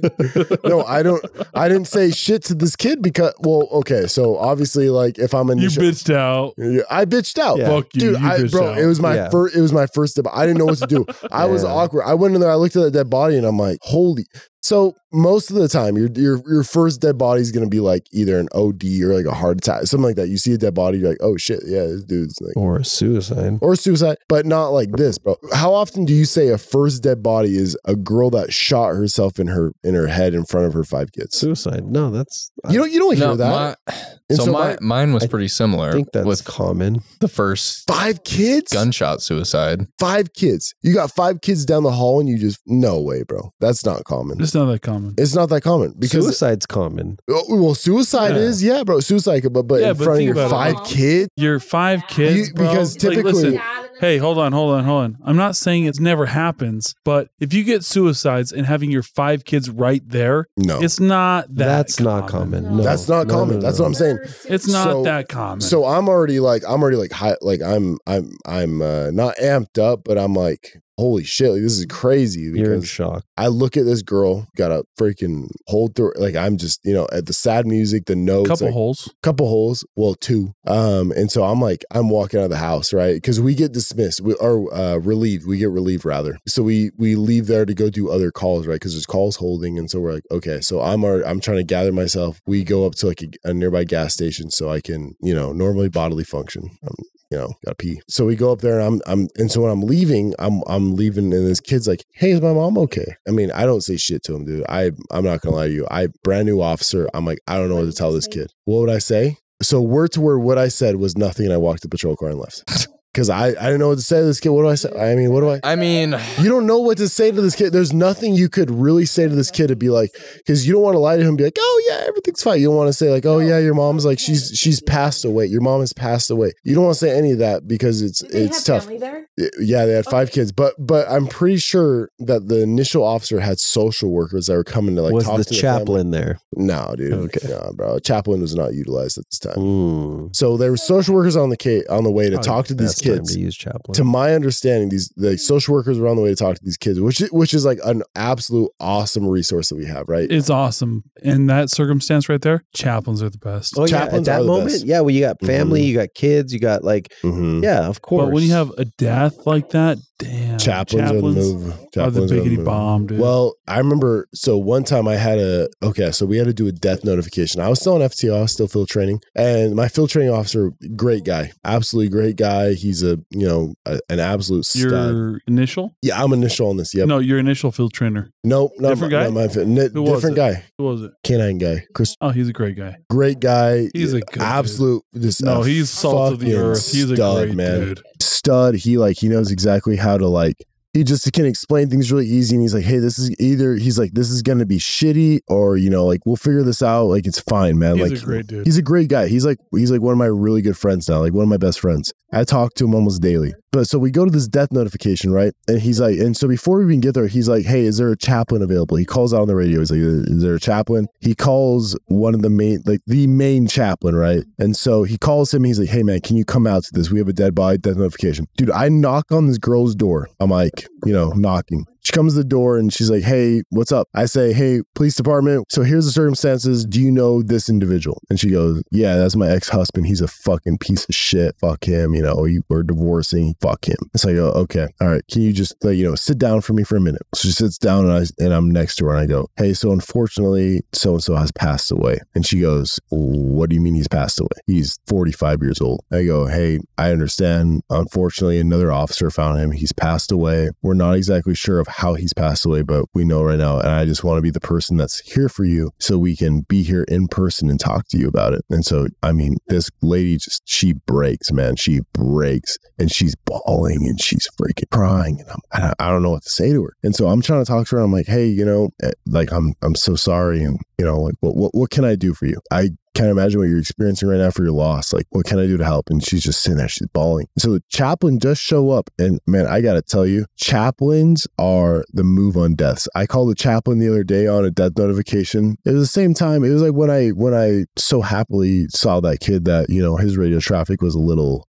[SPEAKER 4] no, I don't. I didn't say shit to this kid because. Well, okay, so obviously, like if I'm
[SPEAKER 1] You
[SPEAKER 4] initial,
[SPEAKER 1] bitched out.
[SPEAKER 4] Yeah, I bitched out.
[SPEAKER 3] Yeah.
[SPEAKER 1] Fuck you,
[SPEAKER 4] Dude,
[SPEAKER 1] you
[SPEAKER 4] I,
[SPEAKER 1] bitched
[SPEAKER 4] bro,
[SPEAKER 1] out.
[SPEAKER 4] it was my
[SPEAKER 3] Yeah.
[SPEAKER 4] first. It was my first debate. I didn't know what to do. I was
[SPEAKER 3] Yeah.
[SPEAKER 4] awkward. I went in there. I looked at that dead body, and I'm like, "Holy!" So most of the time, your your your first dead body is gonna be like either an OD or like a heart attack, something like that. You see a dead body, you're like, "Oh shit, yeah, this dude's like."
[SPEAKER 3] Or suicide.
[SPEAKER 4] Or suicide, but not like this, bro. How often do you say a first dead body is a girl that shot herself in her in her head in front of her five kids?
[SPEAKER 3] Suicide. No, that's.
[SPEAKER 4] You don't you don't hear
[SPEAKER 2] No,
[SPEAKER 4] that.
[SPEAKER 2] my-
[SPEAKER 4] And
[SPEAKER 2] so
[SPEAKER 4] so
[SPEAKER 2] my,
[SPEAKER 4] my-
[SPEAKER 2] mine was
[SPEAKER 3] I
[SPEAKER 2] pretty similar
[SPEAKER 3] I think that's
[SPEAKER 2] with
[SPEAKER 3] common.
[SPEAKER 2] the first
[SPEAKER 4] five kids?
[SPEAKER 2] gunshot suicide.
[SPEAKER 4] five kids. You got five kids down the hall, and you just no way, bro. That's not common.
[SPEAKER 1] It's not that common.
[SPEAKER 4] It's not that common because
[SPEAKER 3] Suicide's common.
[SPEAKER 4] oh, well, suicide
[SPEAKER 1] Yeah.
[SPEAKER 4] is yeah, bro. Suicide, could- but but
[SPEAKER 1] Yeah,
[SPEAKER 4] in
[SPEAKER 1] but
[SPEAKER 4] front of
[SPEAKER 1] think
[SPEAKER 4] your
[SPEAKER 1] about
[SPEAKER 5] it.
[SPEAKER 4] five kids,
[SPEAKER 1] Your five kids,
[SPEAKER 4] You-
[SPEAKER 1] bro.
[SPEAKER 4] because
[SPEAKER 1] Like, listen,
[SPEAKER 4] typically-
[SPEAKER 1] Hey, hold on, hold on, hold on. I'm not saying it never happens, but if you get suicides and having your five kids right there,
[SPEAKER 4] no,
[SPEAKER 1] it's not that
[SPEAKER 3] that's not common. No,
[SPEAKER 4] That's not
[SPEAKER 3] No,
[SPEAKER 4] common.
[SPEAKER 3] no,
[SPEAKER 4] That's
[SPEAKER 3] no.
[SPEAKER 4] what I'm saying.
[SPEAKER 1] It's not
[SPEAKER 4] So-
[SPEAKER 1] that common.
[SPEAKER 4] So I'm already like I'm already like high, like I'm I'm I'm uh, not amped up, but I'm like holy shit, like, this is crazy
[SPEAKER 3] You're in
[SPEAKER 4] because
[SPEAKER 3] shock.
[SPEAKER 4] I look at this girl got a freaking hold through. Like I'm just you know at the sad music, the notes,
[SPEAKER 1] couple
[SPEAKER 4] like,
[SPEAKER 1] holes.
[SPEAKER 4] couple holes well two um and so i'm like i'm walking out of the house right because we get dismissed we are uh relieved we get relieved rather so we we leave there to go do other calls right because there's calls holding and so we're like okay so i'm already, i'm trying to gather myself we go up to like a, a nearby gas station so i can you know normally bodily function um, i you know, gotta pee. So we go up there, and I'm, I'm, and so when I'm leaving, I'm, I'm leaving, and this kid's like, "Hey, is my mom okay?" I mean, I don't say shit to him, dude. I, I'm not gonna lie to you. I, brand new officer, I'm like, I don't know what to tell this kid. What would I say? So word to word, what I said was nothing, and I walked the patrol car and left because I, I didn't know what to say to this kid. What do I say? I mean, what do I?
[SPEAKER 2] I mean,
[SPEAKER 4] You don't know what to say to this kid. There's nothing you could really say to this kid to be like, because you don't want to lie to him and be like, oh yeah, everything's fine. You don't want to say like, oh yeah, your mom's like she's she's passed away. Your mom has passed away. You don't want to say any of that because it's it's tough.
[SPEAKER 5] there?
[SPEAKER 4] Yeah, they had five kids, but but I'm pretty sure that the initial officer had social workers that were coming to like
[SPEAKER 3] was
[SPEAKER 4] talk
[SPEAKER 3] the
[SPEAKER 4] to family.
[SPEAKER 3] chaplain there?
[SPEAKER 4] No, dude.
[SPEAKER 3] Okay.
[SPEAKER 4] No, bro. Chaplain was not utilized at this time.
[SPEAKER 3] Mm.
[SPEAKER 4] So there were social workers on the ca- on the way to
[SPEAKER 3] Probably
[SPEAKER 4] talk to these
[SPEAKER 3] Best time
[SPEAKER 4] kids
[SPEAKER 3] to use chaplain.
[SPEAKER 4] to my understanding, these the social workers are on the way to talk to these kids, which is- which is like an absolute awesome resource that we have, right?
[SPEAKER 1] It's awesome. In that circumstance right there, chaplains are the best.
[SPEAKER 3] oh yeah, at
[SPEAKER 4] chaplains are
[SPEAKER 3] that
[SPEAKER 4] the
[SPEAKER 3] moment,
[SPEAKER 4] best. Mm-hmm.
[SPEAKER 3] yeah. Well, you got family, you got kids, you got like,
[SPEAKER 4] Mhm.
[SPEAKER 3] yeah, of course.
[SPEAKER 1] But when you have a death like that, damn.
[SPEAKER 4] Chaplains, are the move.
[SPEAKER 1] are the
[SPEAKER 4] Chaplains are the
[SPEAKER 1] biggity
[SPEAKER 4] move.
[SPEAKER 1] bomb, dude.
[SPEAKER 4] Well, I remember. So one time I had a okay. So we had to do a death notification. I was still in FTO. I was still field training, and my field training officer, great guy, absolutely great guy. He's a you know a, an absolute stud.
[SPEAKER 1] your initial?
[SPEAKER 4] yeah, I'm initial on this. Yep.
[SPEAKER 1] No, your initial field trainer.
[SPEAKER 4] Nope. Not
[SPEAKER 1] Different
[SPEAKER 4] my,
[SPEAKER 1] guy?
[SPEAKER 4] Not my, fi- n-
[SPEAKER 1] Who was it?
[SPEAKER 4] different guy.
[SPEAKER 1] Who was it?
[SPEAKER 4] Canine guy. Chris.
[SPEAKER 1] Oh, he's a great guy.
[SPEAKER 4] Great guy.
[SPEAKER 1] He's a good
[SPEAKER 4] absolute. Just
[SPEAKER 1] No,
[SPEAKER 4] a
[SPEAKER 1] he's salt of the
[SPEAKER 4] fucking
[SPEAKER 1] earth. He's a
[SPEAKER 4] stud,
[SPEAKER 1] great dude.
[SPEAKER 4] stud. He like he knows exactly how to like he just can explain things really easy and he's like, hey, this is either he's like, this is gonna be shitty or you know, like we'll figure this out. Like it's fine, man.
[SPEAKER 1] He's
[SPEAKER 4] like
[SPEAKER 1] a great dude.
[SPEAKER 4] he's a great guy. He's like he's like one of my really good friends now, like one of my best friends. I talk to him almost daily. But so we go to this death notification, right? And he's like, and so before we even get there, he's like, hey, is there a chaplain available? He calls out on the radio. He's like, is there a chaplain? He calls one of the main, like the main chaplain, right? And so he calls him. He's like, hey man, can you come out to this? We have a dead body death notification, dude. I knock on this girl's door. I'm like, you know, knocking. She comes to the door and she's like, Hey, what's up? I say, Hey, police department. So here's the circumstances. Do you know this individual? And she goes, Yeah, that's my ex husband. He's a fucking piece of shit. Fuck him. You know, you- we're divorcing. Fuck him. It's like, oh, Okay. All right. Can you just, like, you know, sit down for me for a minute? So she sits down and, I, and I'm next to her and I go, Hey, so unfortunately, so and so has passed away. And she goes, What do you mean he's passed away? He's 45 years old. I go, Hey, I understand. Unfortunately, another officer found him. He's passed away. We're not exactly sure of how he's passed away, but we know right now. And I just want to be the person that's here for you so we can be here in person and talk to you about it. And so, I mean, this lady just, she breaks, man. She breaks and she's bawling and she's freaking crying. And I'm, and I, I don't know what to say to her. And so I'm trying to talk to her. I'm like, hey, you know, eh, like, I'm, I'm so sorry. And, you know, like, what, what, what can I do for you? I can't imagine what you're experiencing right now for your loss. Like, what can I do to help? And she's just sitting there, she's bawling. So chaplain does show up, and man, I gotta tell you, chaplains are the move on deaths. I called a chaplain the other day on a death notification. It was the same time. It was like when I when I so happily saw that kid that you know his radio traffic was a little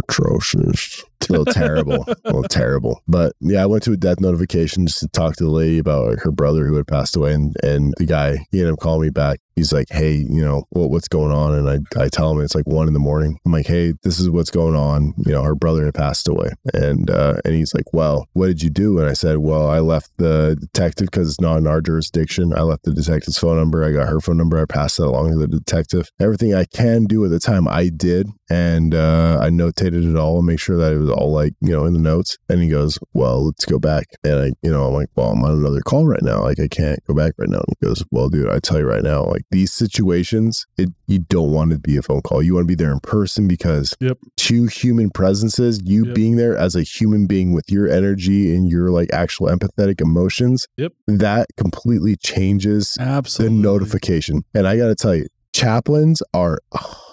[SPEAKER 4] atrocious. A little terrible, a little terrible. But yeah, I went to a death notification just to talk to the lady about like, her brother who had passed away, and and the guy he ended up calling me back. He's like, hey, you know what, what's going on? And I I tell him it's like one in the morning. I'm like, hey, this is what's going on. You know, her brother had passed away, and uh, and he's like, well, what did you do? And I said, well, I left the detective because it's not in our jurisdiction. I left the detective's phone number. I got her phone number. I passed that along to the detective. Everything I can do at the time, I did and uh, I notated it all and make sure that it was all like you know in the notes. And he goes, "Well, let's go back." And I, you know, I'm like, "Well, I'm on another call right now. Like, I can't go back right now." And he goes, "Well, dude, I tell you right now, like these situations, it you don't want to be a phone call. You want to be there in person because
[SPEAKER 1] Yep.
[SPEAKER 4] two human presences, you
[SPEAKER 1] Yep.
[SPEAKER 4] being there as a human being with your energy and your like actual empathetic emotions,
[SPEAKER 1] Yep.
[SPEAKER 4] that completely changes the
[SPEAKER 1] Absolutely.
[SPEAKER 4] notification. And I got to tell you, chaplains are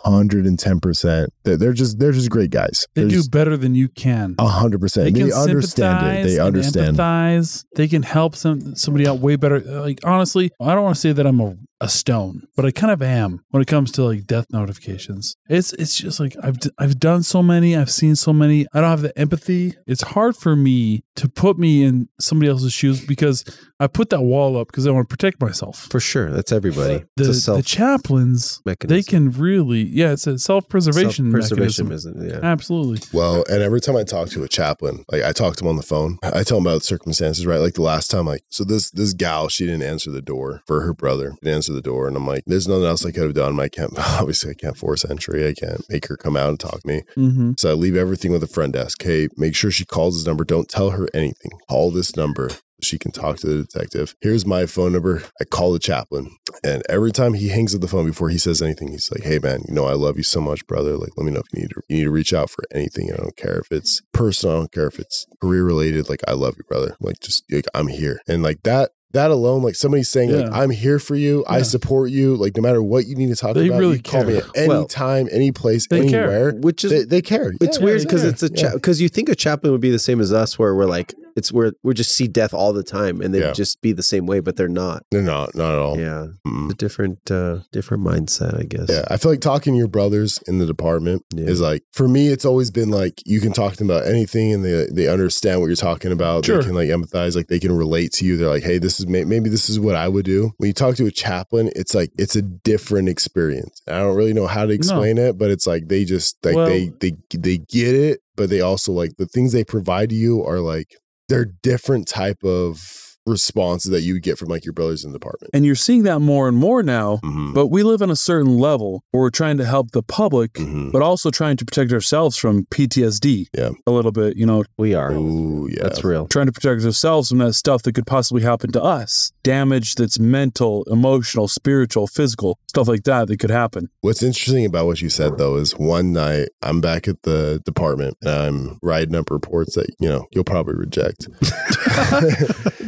[SPEAKER 4] 110%. They're, they're just they're just great guys.
[SPEAKER 1] They
[SPEAKER 4] They're
[SPEAKER 1] do
[SPEAKER 4] just
[SPEAKER 1] better than you can.
[SPEAKER 4] 100%. They, understand it.
[SPEAKER 1] sympathize
[SPEAKER 4] They
[SPEAKER 1] and
[SPEAKER 4] understand.
[SPEAKER 1] empathize. They can help some somebody out way better. Like honestly, I don't want to say that I'm a, a stone, but I kind of am when it comes to like death notifications. It's it's just like I've d- I've done so many, I've seen so many. I don't have the empathy. It's hard for me to put me in somebody else's shoes because I put that wall up because I want to protect myself.
[SPEAKER 3] For sure. That's everybody.
[SPEAKER 1] The,
[SPEAKER 3] it's a
[SPEAKER 1] the
[SPEAKER 3] self
[SPEAKER 1] chaplains,
[SPEAKER 3] mechanism.
[SPEAKER 1] they can really yeah, it's a self preservation
[SPEAKER 3] preservation
[SPEAKER 1] mechanism.
[SPEAKER 3] mechanism. Yeah.
[SPEAKER 1] Absolutely.
[SPEAKER 4] Well, and every time I talk to a chaplain, like I talk to him on the phone, I tell him about circumstances, right? Like the last time, like so this this gal, she didn't answer the door for her brother. Didn't answer the door, and I'm like, there's nothing else I could have done. I can't obviously I can't force entry. I can't make her come out and talk to me.
[SPEAKER 1] Mm-hmm.
[SPEAKER 4] So I leave everything with a friend desk. Hey, make sure she calls this number. Don't tell her anything. Call this number. She can talk to the detective. Here's my phone number. I call the chaplain. And every time he hangs up the phone before he says anything, he's like, Hey man, you know, I love you so much, brother. Like, let me know if you need to you need to reach out for anything. I don't care if it's personal, I don't care if it's career related. Like, I love you, brother. Like, just like I'm here. And like that that alone, like somebody saying,
[SPEAKER 1] Yeah.
[SPEAKER 4] like, I'm here for you. I
[SPEAKER 1] Yeah.
[SPEAKER 4] support you. Like, no matter what you need to talk
[SPEAKER 1] They
[SPEAKER 4] about,
[SPEAKER 1] really
[SPEAKER 4] you call me
[SPEAKER 1] care.
[SPEAKER 4] at any
[SPEAKER 3] Well,
[SPEAKER 4] time, any place,
[SPEAKER 1] they care.
[SPEAKER 4] anywhere.
[SPEAKER 3] Which is
[SPEAKER 4] They, they care.
[SPEAKER 3] it's
[SPEAKER 4] Yeah,
[SPEAKER 3] weird
[SPEAKER 4] they
[SPEAKER 3] because
[SPEAKER 4] care.
[SPEAKER 3] it's a
[SPEAKER 4] Yeah.
[SPEAKER 3] because you think a chaplain would be the same as us, where we're like it's where we just see death all the time, and they
[SPEAKER 4] Yeah.
[SPEAKER 3] would just be the same way, but they're not.
[SPEAKER 4] They're not, not at all. Yeah.
[SPEAKER 3] Yeah, it's a different uh, different mindset, I guess.
[SPEAKER 4] mm-hmm. yeah. I feel like talking to your brothers in the department
[SPEAKER 3] Yeah.
[SPEAKER 4] is like, for me, it's always been like, you can talk to them about anything and they, they understand what you're talking about.
[SPEAKER 1] Sure.
[SPEAKER 4] They can like empathize, like they can relate to you. They're like, hey, this is may- maybe this is what I would do. When you talk to a chaplain, it's like, it's a different experience. I don't really know how to explain it, but it's like, they just, like,
[SPEAKER 1] Well-
[SPEAKER 4] they, they, they get it, but they also like the things they provide to you are like, they're different type of responses that you would get from like your brothers in the department.
[SPEAKER 8] And you're seeing that more and more now.
[SPEAKER 4] Mhm.
[SPEAKER 8] But we live on a certain level where we're trying to help the public,
[SPEAKER 4] Mhm.
[SPEAKER 8] but also trying to protect ourselves from PTSD
[SPEAKER 4] Yeah.
[SPEAKER 8] a little bit, you know,
[SPEAKER 3] we are.
[SPEAKER 4] Ooh, Oh, yeah.
[SPEAKER 3] That's real.
[SPEAKER 8] trying to protect ourselves from that stuff that could possibly happen to us. Damage that's mental, emotional, spiritual, physical, stuff like that that could happen.
[SPEAKER 4] What's interesting about what you said though is one night I'm back at the department and I'm riding up reports that you know you'll probably reject.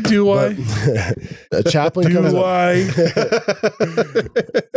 [SPEAKER 1] Do I?
[SPEAKER 4] But- a chaplain comes
[SPEAKER 1] Do
[SPEAKER 4] up-
[SPEAKER 1] I?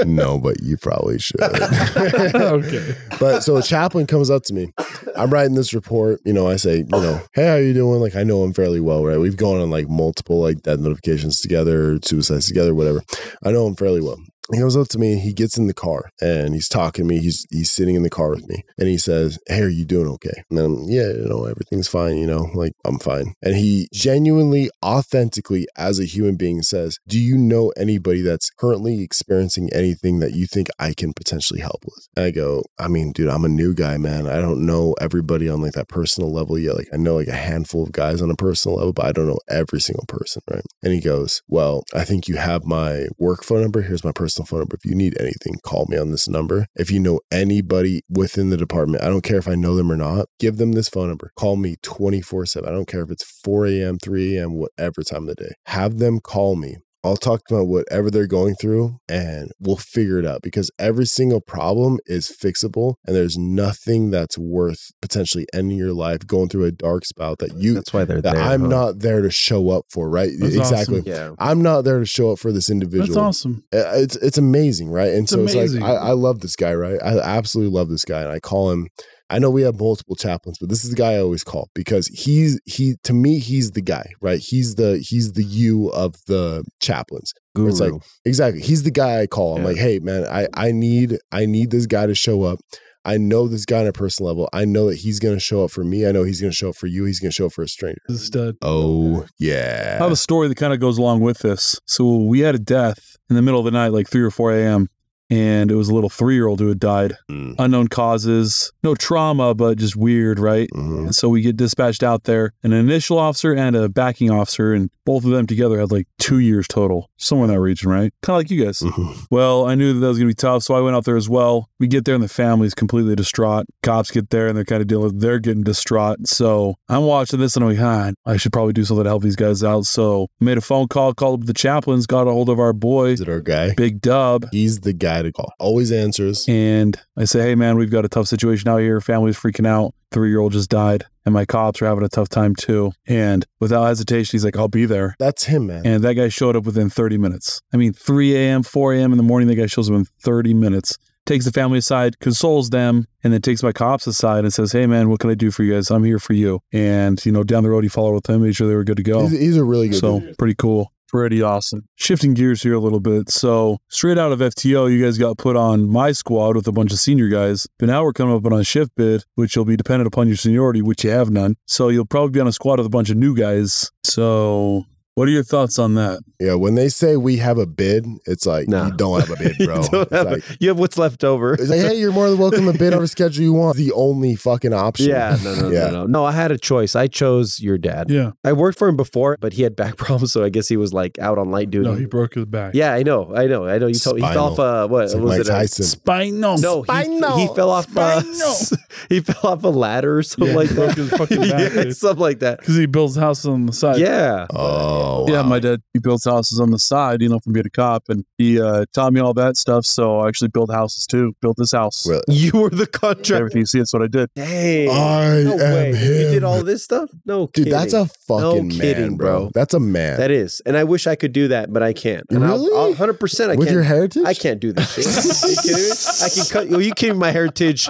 [SPEAKER 4] no, but you probably should.
[SPEAKER 1] Okay.
[SPEAKER 4] But so a chaplain comes up to me. I'm writing this report. You know, I say, you know, hey, how you doing? Like, I know him fairly well, right? We've gone on like multiple like death notifications together, suicides together, whatever. I know him fairly well. He comes up to me and he gets in the car and he's talking to me. He's he's sitting in the car with me and he says, Hey, are you doing okay? And then I'm, yeah, you know, everything's fine, you know, like I'm fine. And he genuinely, authentically, as a human being, says, Do you know anybody that's currently experiencing anything that you think I can potentially help with? And I go, I mean, dude, I'm a new guy, man. I don't know everybody on like that personal level yet. Like I know like a handful of guys on a personal level, but I don't know every single person, right? And he goes, Well, I think you have my work phone number. Here's my personal personal phone number. If you need anything, call me on this number. If you know anybody within the department, I don't care if I know them or not, give them this phone number. Call me 24 7. I don't care if it's 4 a.m., 3 a.m., whatever time of the day. Have them call me. I'll talk about whatever they're going through and we'll figure it out because every single problem is fixable and there's nothing that's worth potentially ending your life going through a dark spout that you
[SPEAKER 3] That's why they're
[SPEAKER 4] that
[SPEAKER 3] there.
[SPEAKER 4] I'm
[SPEAKER 3] huh?
[SPEAKER 4] not there to show up for, right?
[SPEAKER 9] That's
[SPEAKER 4] exactly.
[SPEAKER 10] Yeah.
[SPEAKER 4] I'm not there to show up for this individual.
[SPEAKER 9] That's awesome.
[SPEAKER 4] Uh, It's it's amazing, right? And
[SPEAKER 9] It's
[SPEAKER 4] so it's
[SPEAKER 9] amazing.
[SPEAKER 4] like I, I love this guy, right? I absolutely love this guy, and I call him. I know we have multiple chaplains, but this is the guy I always call because he's he to me he's the guy, right? He's the he's the you of the chaplains.
[SPEAKER 3] Guru.
[SPEAKER 4] It's like, Exactly. He's the guy I call. I'm
[SPEAKER 3] Yeah.
[SPEAKER 4] like, hey man, I I need I need this guy to show up. I know this guy on a personal level. I know that he's gonna show up for me. I know he's gonna show up for you. He's gonna show up for a stranger.
[SPEAKER 9] This stud.
[SPEAKER 4] Oh yeah.
[SPEAKER 1] I have a story that kind of goes along with this. So we had a death in the middle of the night, like three or four a.m., and it was a little three-year-old who had died,
[SPEAKER 4] Mm.
[SPEAKER 1] unknown causes, no trauma, but just weird, right?
[SPEAKER 4] Mhm.
[SPEAKER 1] And so we get dispatched out there, an initial officer and a backing officer, and both of them together had like two years total, somewhere in that region, right? Kind of like you guys.
[SPEAKER 4] Mhm.
[SPEAKER 1] Well, I knew that, that was going to be tough, so I went out there as well. We get there, and the family's completely distraught. Cops get there, and they're kind of dealing. with- They're getting distraught. So I'm watching this, and I'm like, "God, I should probably do something to help these guys out." So I made a phone call, called up the chaplains, got a hold of our boy,
[SPEAKER 4] Is it our guy?
[SPEAKER 1] Big Dub,
[SPEAKER 4] He's the guy to call. Always answers.
[SPEAKER 1] and I say, "Hey, man, we've got a tough situation out here. Family's freaking out. Three year old just died, and my cops are having a tough time too." And without hesitation, he's like, "I'll be there."
[SPEAKER 4] That's him, man.
[SPEAKER 1] And that guy showed up within 30 minutes. I mean, 3 a.m., 4 a.m. in the morning, that guy shows up in 30 minutes, takes the family aside, consoles them, and then takes my cops aside and says, Hey, man, what can I do for you guys? I'm here for you. And, you know, down the road, he followed with him, made sure they were good to go.
[SPEAKER 4] he's, he's a really good.
[SPEAKER 1] So
[SPEAKER 4] dude.
[SPEAKER 1] pretty cool. Pretty awesome. Shifting gears here a little bit. So straight out of FTO, you guys got put on my squad with a bunch of senior guys. But now we're coming up on a shift bid, which will be dependent upon your seniority, which you have none. So you'll probably be on a squad with a bunch of new guys. So what are your thoughts on that?
[SPEAKER 4] Yeah, when they say we have a bid, it's like
[SPEAKER 3] No.
[SPEAKER 4] you don't have a bid, bro.
[SPEAKER 3] you, don't
[SPEAKER 4] it's,
[SPEAKER 3] have
[SPEAKER 4] like,
[SPEAKER 3] a- you have what's left over.
[SPEAKER 4] it's like, hey, you're more than welcome to bid on a schedule you want. The only fucking option.
[SPEAKER 3] Yeah, no, no,
[SPEAKER 4] Yeah.
[SPEAKER 3] no, no. No, I had a choice. I chose your dad.
[SPEAKER 9] Yeah.
[SPEAKER 3] I worked for him before, but he had back problems, so I guess he was like out on light duty.
[SPEAKER 9] No, he broke his back.
[SPEAKER 3] yeah, I know, I know, I know. You told he fell off.
[SPEAKER 4] Spinal.
[SPEAKER 3] Uh, what
[SPEAKER 4] It's like
[SPEAKER 3] was
[SPEAKER 4] Mike
[SPEAKER 3] it? A,
[SPEAKER 4] Tyson.
[SPEAKER 9] Spinal.
[SPEAKER 3] no, he, he fell off. Uh,
[SPEAKER 9] Spinal.
[SPEAKER 3] he fell off a ladder or something
[SPEAKER 9] Yeah,
[SPEAKER 3] like
[SPEAKER 9] broke
[SPEAKER 3] that.
[SPEAKER 9] his fucking back,
[SPEAKER 3] yeah,
[SPEAKER 9] dude.
[SPEAKER 3] something like that.
[SPEAKER 9] Because he builds a house on the side.
[SPEAKER 3] Yeah,
[SPEAKER 4] Oh,
[SPEAKER 1] Yeah,
[SPEAKER 4] wow.
[SPEAKER 1] my dad he builds houses on the side, you know, from being a cop, and he uh, taught me all that stuff. So I actually built houses too. Built this house.
[SPEAKER 4] Really?
[SPEAKER 3] you were the contractor.
[SPEAKER 1] Everything you see, that's what I did.
[SPEAKER 3] Dang,
[SPEAKER 4] I
[SPEAKER 3] no
[SPEAKER 4] am
[SPEAKER 3] way. You
[SPEAKER 4] him.
[SPEAKER 3] did all this stuff? No,
[SPEAKER 4] Dude,
[SPEAKER 3] kidding.
[SPEAKER 4] that's a fucking man,
[SPEAKER 3] kidding,
[SPEAKER 4] bro.
[SPEAKER 3] bro.
[SPEAKER 4] That's a man.
[SPEAKER 3] that is, and I wish I could do that, but I can't. And
[SPEAKER 4] Really?
[SPEAKER 3] I'll, I'll, 100%. I
[SPEAKER 4] With
[SPEAKER 3] can't.
[SPEAKER 4] your heritage,
[SPEAKER 3] I can't do this shit. Are you kidding me? I can cut. Are you kidding? My heritage.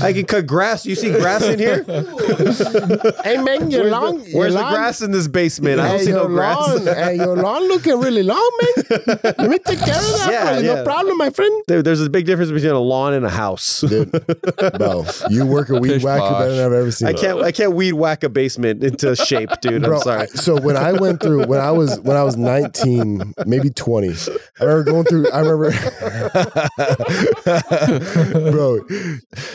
[SPEAKER 3] I can cut grass. You see grass in here?
[SPEAKER 4] Hey man, your
[SPEAKER 3] where's
[SPEAKER 4] lawn-
[SPEAKER 3] the,
[SPEAKER 4] your
[SPEAKER 3] where's the
[SPEAKER 4] lawn-
[SPEAKER 3] grass in this basement? I don't
[SPEAKER 4] Hey,
[SPEAKER 3] see no
[SPEAKER 4] your
[SPEAKER 3] grass.
[SPEAKER 4] lawn- hey, your lawn looking really long, man. Let me take care of that.
[SPEAKER 3] Yeah,
[SPEAKER 4] for you.
[SPEAKER 3] yeah.
[SPEAKER 4] No problem, my friend.
[SPEAKER 3] Dude, there's a big difference between a lawn and a house.
[SPEAKER 4] Bro, you work a weed
[SPEAKER 2] Pish
[SPEAKER 4] whacker better
[SPEAKER 2] posh.
[SPEAKER 4] than I've ever seen.
[SPEAKER 3] I can't. I can't weed whack a basement into shape, dude. I'm
[SPEAKER 4] I-
[SPEAKER 3] sorry.
[SPEAKER 4] so when I went through when I was when I was 19, maybe 20, I remember going through I remember Bro.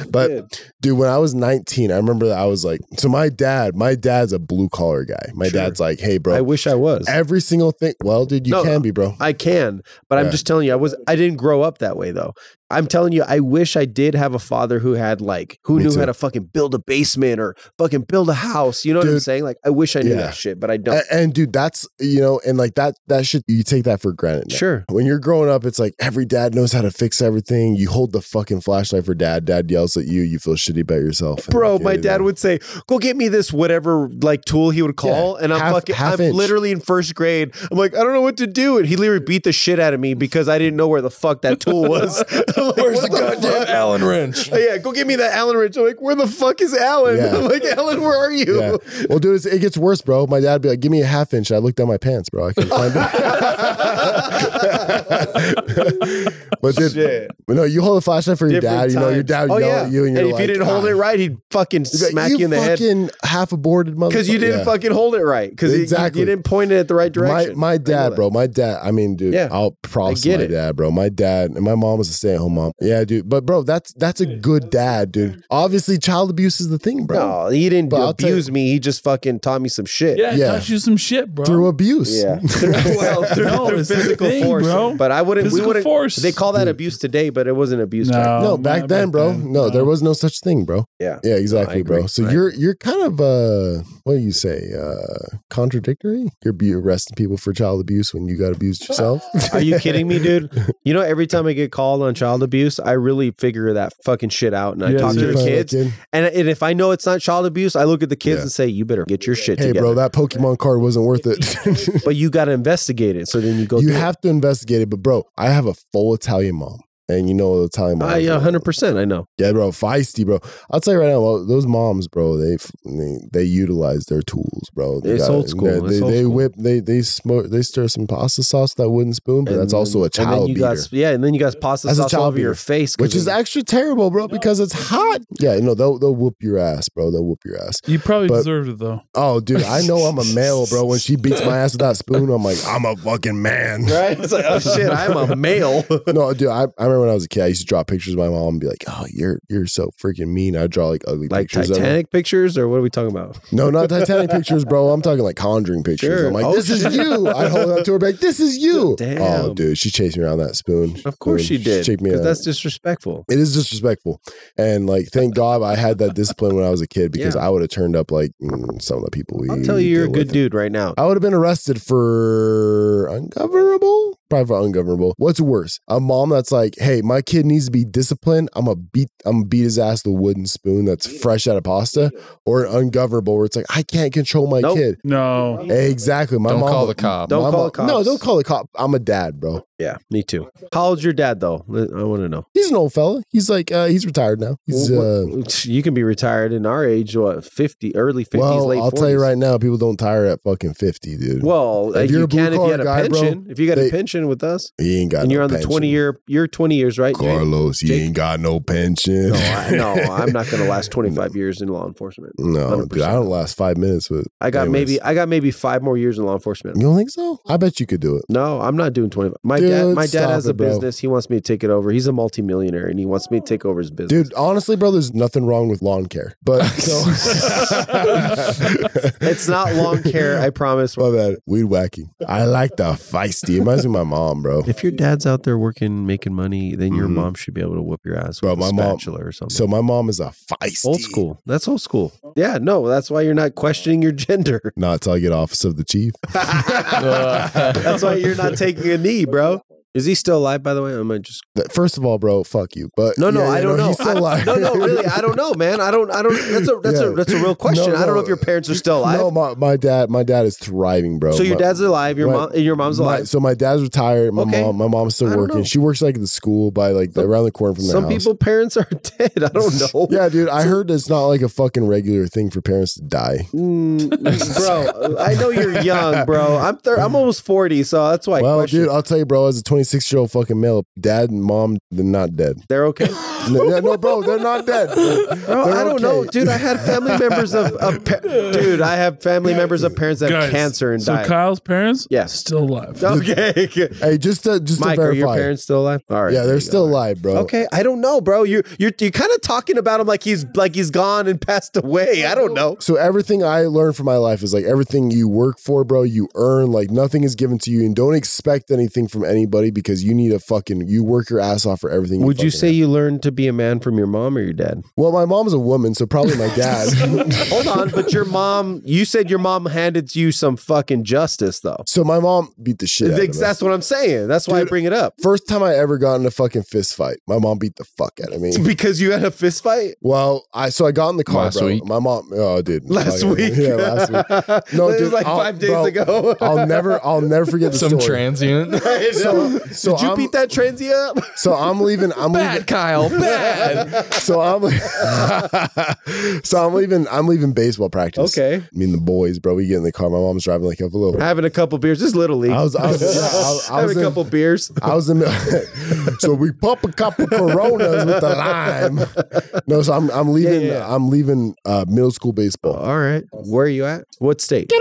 [SPEAKER 4] But
[SPEAKER 3] Dude.
[SPEAKER 4] dude, when I was 19, I remember that I was like, so my dad, my dad's a blue collar guy. My
[SPEAKER 3] Sure.
[SPEAKER 4] dad's like, hey bro,
[SPEAKER 3] I wish I was.
[SPEAKER 4] every single thing well, dude, you
[SPEAKER 3] No,
[SPEAKER 4] can be, bro.
[SPEAKER 3] I can, but I'm
[SPEAKER 4] Yeah.
[SPEAKER 3] just telling you, I was I didn't grow up that way though. I'm telling you, I wish I did have a father who had like who
[SPEAKER 4] Me
[SPEAKER 3] knew
[SPEAKER 4] too.
[SPEAKER 3] how to fucking build a basement or fucking build a house. You know what I'm
[SPEAKER 4] Dude.
[SPEAKER 3] saying? Like I wish I knew
[SPEAKER 4] Yeah.
[SPEAKER 3] that shit, but I
[SPEAKER 4] A-
[SPEAKER 3] don't.
[SPEAKER 4] and, dude, that's you know, and like that that shit you take that for granted. now.
[SPEAKER 3] sure.
[SPEAKER 4] When you're growing up, it's like every dad knows how to fix everything. You hold the fucking flashlight for dad. Dad yells at you. You feel shitty about yourself. And
[SPEAKER 3] Bro,
[SPEAKER 4] like,
[SPEAKER 3] my
[SPEAKER 4] yeah,
[SPEAKER 3] dad would say, "Go get me this whatever like tool." He would call, and I'm
[SPEAKER 4] half-
[SPEAKER 3] fucking,
[SPEAKER 4] half
[SPEAKER 3] I'm
[SPEAKER 4] inch.
[SPEAKER 3] literally in first grade. I'm like, I don't know what to do, and he literally beat the shit out of me because I didn't know where the fuck that tool was. I'm like,
[SPEAKER 2] Where's the
[SPEAKER 3] "What
[SPEAKER 2] goddamn
[SPEAKER 3] fuck?"
[SPEAKER 2] Allen wrench?
[SPEAKER 3] Oh, yeah, go get me that Allen wrench. I'm like, where the fuck is Allen?
[SPEAKER 4] Yeah.
[SPEAKER 3] I'm like, Allen, where are you?
[SPEAKER 4] Yeah. Well, dude, it's, it gets worse, bro. My dad'd be like, "Give me a half inch." I looked down my pants, bro. I couldn't find it. but dude,
[SPEAKER 3] Shit.
[SPEAKER 4] but no, you hold a flashlight for your
[SPEAKER 3] Different
[SPEAKER 4] dad. You know, your
[SPEAKER 3] times. Oh,
[SPEAKER 4] dad would yell at you,
[SPEAKER 3] and
[SPEAKER 4] and you're
[SPEAKER 3] if
[SPEAKER 4] like,
[SPEAKER 3] you didn't hold
[SPEAKER 4] "Ah."
[SPEAKER 3] it right, he'd fucking
[SPEAKER 4] He'd be like,
[SPEAKER 3] smack you, in the head
[SPEAKER 4] fucking half aborted motherfucker.
[SPEAKER 3] because you didn't
[SPEAKER 4] Yeah.
[SPEAKER 3] fucking hold it right because
[SPEAKER 4] Exactly.
[SPEAKER 3] you, didn't point it at the right direction.
[SPEAKER 4] My,
[SPEAKER 3] I
[SPEAKER 4] my
[SPEAKER 3] know
[SPEAKER 4] dad,
[SPEAKER 3] that.
[SPEAKER 4] bro. My dad. I mean, dude.
[SPEAKER 3] Yeah.
[SPEAKER 4] I'll props
[SPEAKER 3] I get
[SPEAKER 4] my
[SPEAKER 3] it.
[SPEAKER 4] dad, bro. My dad and my mom was a stay at no, mom. Yeah, dude. But bro, that's that's a good dad, dude. Obviously, child abuse is the thing, bro.
[SPEAKER 3] No, he didn't
[SPEAKER 4] But I'll tell you-
[SPEAKER 3] abuse me. He just fucking taught me some shit.
[SPEAKER 1] Yeah,
[SPEAKER 4] Yeah.
[SPEAKER 1] touch you some shit, bro.
[SPEAKER 4] Through abuse.
[SPEAKER 6] Yeah.
[SPEAKER 3] well, through,
[SPEAKER 1] No,
[SPEAKER 3] through
[SPEAKER 1] it's the
[SPEAKER 3] physical
[SPEAKER 1] thing,
[SPEAKER 3] force,
[SPEAKER 1] bro.
[SPEAKER 3] But I wouldn't.
[SPEAKER 1] Physical
[SPEAKER 3] we wouldn't.
[SPEAKER 1] force.
[SPEAKER 3] They call that abuse today, but it wasn't abuse. back then.
[SPEAKER 4] no,
[SPEAKER 1] Oh,
[SPEAKER 4] back
[SPEAKER 1] man,
[SPEAKER 4] then,
[SPEAKER 1] back
[SPEAKER 4] bro.
[SPEAKER 1] then,
[SPEAKER 4] no,
[SPEAKER 1] no.
[SPEAKER 4] there was no such thing, bro.
[SPEAKER 6] Yeah.
[SPEAKER 4] Yeah, exactly,
[SPEAKER 3] I
[SPEAKER 4] bro.
[SPEAKER 3] agree.
[SPEAKER 4] So
[SPEAKER 3] I
[SPEAKER 4] you're you're kind of uh what do you say? Uh contradictory? You're be arresting people for child abuse when you got abused yourself.
[SPEAKER 3] Are you kidding me, dude? You know, every time I get called on child abuse, I really figure that fucking shit out, and I
[SPEAKER 1] Yeah,
[SPEAKER 3] talk to
[SPEAKER 1] dude.
[SPEAKER 3] the
[SPEAKER 4] Fucking
[SPEAKER 3] kids.
[SPEAKER 4] kid.
[SPEAKER 3] And, and if I know it's not child abuse, I look at the kids
[SPEAKER 4] Yeah.
[SPEAKER 3] and say, "You better get your shit
[SPEAKER 4] Hey
[SPEAKER 3] together."
[SPEAKER 4] bro, that Pokemon card wasn't worth it.
[SPEAKER 3] but you got to investigate it. So then you go.
[SPEAKER 4] you
[SPEAKER 3] do it.
[SPEAKER 4] have to investigate it, but bro, I have a full Italian mom. And you know what Italian mom.
[SPEAKER 3] I yeah, hundred percent. I know.
[SPEAKER 4] Yeah, bro, feisty, bro. I'll tell you right now, well, those moms, bro, they f- they, they utilize their tools, bro. They
[SPEAKER 3] It's old school.
[SPEAKER 4] They,
[SPEAKER 3] It's
[SPEAKER 4] they,
[SPEAKER 3] old
[SPEAKER 4] they
[SPEAKER 3] school.
[SPEAKER 4] whip, they they smoke, they stir some pasta sauce with that wooden spoon, but
[SPEAKER 3] And
[SPEAKER 4] that's
[SPEAKER 3] then-
[SPEAKER 4] also a
[SPEAKER 3] and then
[SPEAKER 4] child
[SPEAKER 3] you
[SPEAKER 4] beater,
[SPEAKER 3] Got, yeah, and then you got pasta
[SPEAKER 4] That's a
[SPEAKER 3] sauce
[SPEAKER 4] child
[SPEAKER 3] all over your
[SPEAKER 4] beater.
[SPEAKER 3] face, 'cause
[SPEAKER 4] which is
[SPEAKER 3] of-
[SPEAKER 4] extra terrible, bro, because it's hot. Yeah, no, they'll they'll whoop your ass, bro. They'll whoop your ass.
[SPEAKER 1] you probably
[SPEAKER 4] But-
[SPEAKER 1] deserved it though.
[SPEAKER 4] Oh, dude, I know I'm a male, bro. When she beats my ass with that spoon, I'm like, I'm a fucking man.
[SPEAKER 3] right. It's like, oh shit, I'm a male.
[SPEAKER 4] No, dude, I, I remember when I was a kid, I used to draw pictures of my mom and be like, "Oh, you're you're so freaking mean." I draw like ugly
[SPEAKER 3] like
[SPEAKER 4] pictures of her.
[SPEAKER 3] Titanic pictures, or what are we talking about?
[SPEAKER 4] No, not Titanic pictures, bro. I'm talking like Conjuring pictures.
[SPEAKER 3] Sure.
[SPEAKER 4] I'm like,
[SPEAKER 3] Oh,
[SPEAKER 4] this
[SPEAKER 3] shit.
[SPEAKER 4] is you. I hold up to her back. This is you.
[SPEAKER 3] Damn.
[SPEAKER 4] Oh, dude, she chased me around that spoon.
[SPEAKER 3] Of course
[SPEAKER 4] Dude,
[SPEAKER 3] she did.
[SPEAKER 4] chased me
[SPEAKER 3] Because
[SPEAKER 4] around.
[SPEAKER 3] that's disrespectful.
[SPEAKER 4] it is disrespectful, and like, thank God I had that discipline when I was a kid because I would have turned up like mm, some of the people. We
[SPEAKER 3] I'll tell you, you're a
[SPEAKER 4] deal
[SPEAKER 3] good
[SPEAKER 4] with.
[SPEAKER 3] dude right now.
[SPEAKER 4] I would have been arrested for ungovernable, probably for ungovernable. What's worse, a mom that's like, "Hey, my kid needs to be disciplined. I'm a beat, I'm gonna beat his ass with a wooden spoon that's fresh out of pasta," or ungovernable, where it's like, "I can't control my
[SPEAKER 3] Nope.
[SPEAKER 4] kid."
[SPEAKER 1] No,
[SPEAKER 4] Exactly. My
[SPEAKER 2] Don't
[SPEAKER 4] mom,
[SPEAKER 2] call the cop.
[SPEAKER 3] Don't
[SPEAKER 4] my
[SPEAKER 3] call
[SPEAKER 4] mom-
[SPEAKER 3] the cops.
[SPEAKER 4] No, don't call the cop. I'm a dad, bro.
[SPEAKER 3] Yeah, me too. How old's your dad though? Let- I want to know.
[SPEAKER 4] He's an old fella. He's like, uh, he's retired now. He's uh,
[SPEAKER 3] What- you can be retired in our age, what fifty, early fifties,
[SPEAKER 4] well.
[SPEAKER 3] late.
[SPEAKER 4] I'll tell you
[SPEAKER 3] 40s.
[SPEAKER 4] right now, people don't tire at fucking fifty, dude.
[SPEAKER 3] Well,
[SPEAKER 4] If
[SPEAKER 3] if
[SPEAKER 4] you're
[SPEAKER 3] you
[SPEAKER 4] a blue
[SPEAKER 3] can if you had a
[SPEAKER 4] collar guy, bro,
[SPEAKER 3] pension. if you got
[SPEAKER 4] they-
[SPEAKER 3] a pension with us,
[SPEAKER 4] he ain't got.
[SPEAKER 3] and
[SPEAKER 4] no
[SPEAKER 3] you're on the
[SPEAKER 4] pension.
[SPEAKER 3] twenty year, you're twenty years, right? Jake?
[SPEAKER 4] Carlos, you
[SPEAKER 3] Jake-
[SPEAKER 4] ain't got no pension.
[SPEAKER 3] No, I, no, I'm not going to last 25 years in law enforcement.
[SPEAKER 4] No, dude,
[SPEAKER 3] 100%.
[SPEAKER 4] I don't last five minutes with.
[SPEAKER 3] I got
[SPEAKER 4] anyways.
[SPEAKER 3] maybe I got maybe five more years in law enforcement.
[SPEAKER 4] You don't think so? I bet you could do it.
[SPEAKER 3] No, I'm not doing 25. My dad,
[SPEAKER 4] Dude,
[SPEAKER 3] my dad
[SPEAKER 4] stop
[SPEAKER 3] has a
[SPEAKER 4] it, bro.
[SPEAKER 3] business. He wants me to take it over. He's a multimillionaire, and he wants me to take over his business.
[SPEAKER 4] Dude, honestly, bro, there's nothing wrong with lawn care. But no.
[SPEAKER 3] it's not lawn care. I promise.
[SPEAKER 4] My bad. Weed whacking. I like the feisty. It reminds me of my mom, bro.
[SPEAKER 3] If your dad's out there working, making money, then your
[SPEAKER 4] Mhm.
[SPEAKER 3] mom should be able to whoop your ass
[SPEAKER 4] Bro,
[SPEAKER 3] with
[SPEAKER 4] my
[SPEAKER 3] a
[SPEAKER 4] mom-
[SPEAKER 3] spatula or something.
[SPEAKER 4] So my mom is a feisty.
[SPEAKER 3] old school. That's old school. Yeah, no, that's why you're not questioning your gender.
[SPEAKER 4] Not till I get office of the chief.
[SPEAKER 3] That's why you're not taking a knee, bro. Is he still alive, by the way? I might just
[SPEAKER 4] That- First of all, bro, fuck you. But
[SPEAKER 3] no, no.
[SPEAKER 4] yeah, yeah,
[SPEAKER 3] I don't know.
[SPEAKER 4] He's still
[SPEAKER 3] I-
[SPEAKER 4] alive.
[SPEAKER 3] no, no, really, I don't know, man. I don't, I don't. That's a, that's a,
[SPEAKER 4] Yeah.
[SPEAKER 3] that's a real question.
[SPEAKER 4] No,
[SPEAKER 3] I don't
[SPEAKER 4] no.
[SPEAKER 3] know if your parents are still alive.
[SPEAKER 4] No, my, my dad, my dad is thriving, bro.
[SPEAKER 3] Oh, so your
[SPEAKER 4] My-
[SPEAKER 3] dad's alive. Your
[SPEAKER 4] my-
[SPEAKER 3] mom, and your mom's
[SPEAKER 4] my-
[SPEAKER 3] alive.
[SPEAKER 4] so my dad's retired. My
[SPEAKER 3] Okay.
[SPEAKER 4] mom, my mom's
[SPEAKER 3] I
[SPEAKER 4] still
[SPEAKER 3] don't
[SPEAKER 4] working.
[SPEAKER 3] know.
[SPEAKER 4] She works like at the school by like
[SPEAKER 3] Some-
[SPEAKER 4] around the corner from the
[SPEAKER 3] Some
[SPEAKER 4] house.
[SPEAKER 3] people, parents are dead. I don't know.
[SPEAKER 4] Yeah, dude, I heard it's not like a fucking regular thing for parents to die.
[SPEAKER 3] Mm, bro, I know you're young, bro. I'm thir- I'm almost forty, so that's why. I
[SPEAKER 4] well,
[SPEAKER 3] question.
[SPEAKER 4] dude, uh, I'll tell you, bro, as a 26 year old fucking male, dad and mom, they're not dead.
[SPEAKER 3] they're okay.
[SPEAKER 4] No, no, no, bro, they're not dead.
[SPEAKER 3] Bro,
[SPEAKER 4] They're
[SPEAKER 3] I don't
[SPEAKER 4] okay.
[SPEAKER 3] know, dude. I had family members of, of pa- dude. I have family members of parents that
[SPEAKER 1] Guys,
[SPEAKER 3] have cancer and
[SPEAKER 1] so
[SPEAKER 3] died.
[SPEAKER 1] Kyle's parents,
[SPEAKER 3] Yes.
[SPEAKER 1] still alive.
[SPEAKER 3] okay, good.
[SPEAKER 4] Hey, just to, just
[SPEAKER 3] Mike,
[SPEAKER 4] to
[SPEAKER 3] are
[SPEAKER 4] verify.
[SPEAKER 3] your parents still alive? All right,
[SPEAKER 4] yeah,
[SPEAKER 3] there
[SPEAKER 4] they're
[SPEAKER 3] you go.
[SPEAKER 4] still
[SPEAKER 3] All right.
[SPEAKER 4] alive, bro.
[SPEAKER 3] Okay, I don't know, bro. You're you're you're kind of talking about him like he's like he's gone and passed away. I don't know.
[SPEAKER 4] So everything I learned from my life is like everything you work for, bro, you earn. Like nothing is given to you, and don't expect anything from anybody because you need a fucking. You work your ass off for everything.
[SPEAKER 3] Would you
[SPEAKER 4] fucking
[SPEAKER 3] say
[SPEAKER 4] have.
[SPEAKER 3] you learned to be a man from your mom or your dad?
[SPEAKER 4] Well, my mom's a woman, so probably my dad.
[SPEAKER 3] Hold on, but your mom, you said your mom handed you some fucking justice though.
[SPEAKER 4] so my mom beat the shit. out of
[SPEAKER 3] That's,
[SPEAKER 4] me.
[SPEAKER 3] that's what I'm saying. That's why I
[SPEAKER 4] Dude.
[SPEAKER 3] bring it up.
[SPEAKER 4] First time I ever got in a fucking fist fight, my mom beat the fuck out of me.
[SPEAKER 3] Because you had a fist fight
[SPEAKER 4] Well, I so I got in the car,
[SPEAKER 2] Last
[SPEAKER 4] bro.
[SPEAKER 2] week?
[SPEAKER 4] My mom, oh, dude,
[SPEAKER 3] last
[SPEAKER 4] Fucking-
[SPEAKER 3] week.
[SPEAKER 4] yeah, last week. No,
[SPEAKER 3] No, it
[SPEAKER 4] dude,
[SPEAKER 3] was like
[SPEAKER 4] I'll-
[SPEAKER 3] five days
[SPEAKER 4] bro,
[SPEAKER 3] ago.
[SPEAKER 4] I'll never, I'll never forget the
[SPEAKER 2] Some
[SPEAKER 4] story.
[SPEAKER 2] transient.
[SPEAKER 4] So, so
[SPEAKER 3] Did you
[SPEAKER 4] I'm,
[SPEAKER 3] beat that transy up?
[SPEAKER 4] So I'm leaving. I'm leaving.
[SPEAKER 2] Kyle. Bad.
[SPEAKER 4] So I'm, so I'm leaving. I'm leaving baseball practice.
[SPEAKER 3] Okay.
[SPEAKER 4] I mean the boys, bro. We get in the car. My mom's driving like a little. I
[SPEAKER 3] Having a couple beers. This is little league.
[SPEAKER 4] was, I was, yeah, I, I was
[SPEAKER 3] Having a
[SPEAKER 4] in,
[SPEAKER 3] couple beers.
[SPEAKER 4] I was in the, so we pump a couple Coronas with the lime. No, so I'm I'm leaving
[SPEAKER 3] Yeah, yeah, yeah.
[SPEAKER 4] I'm leaving uh, middle school baseball.
[SPEAKER 3] All right. Where are you at? What state?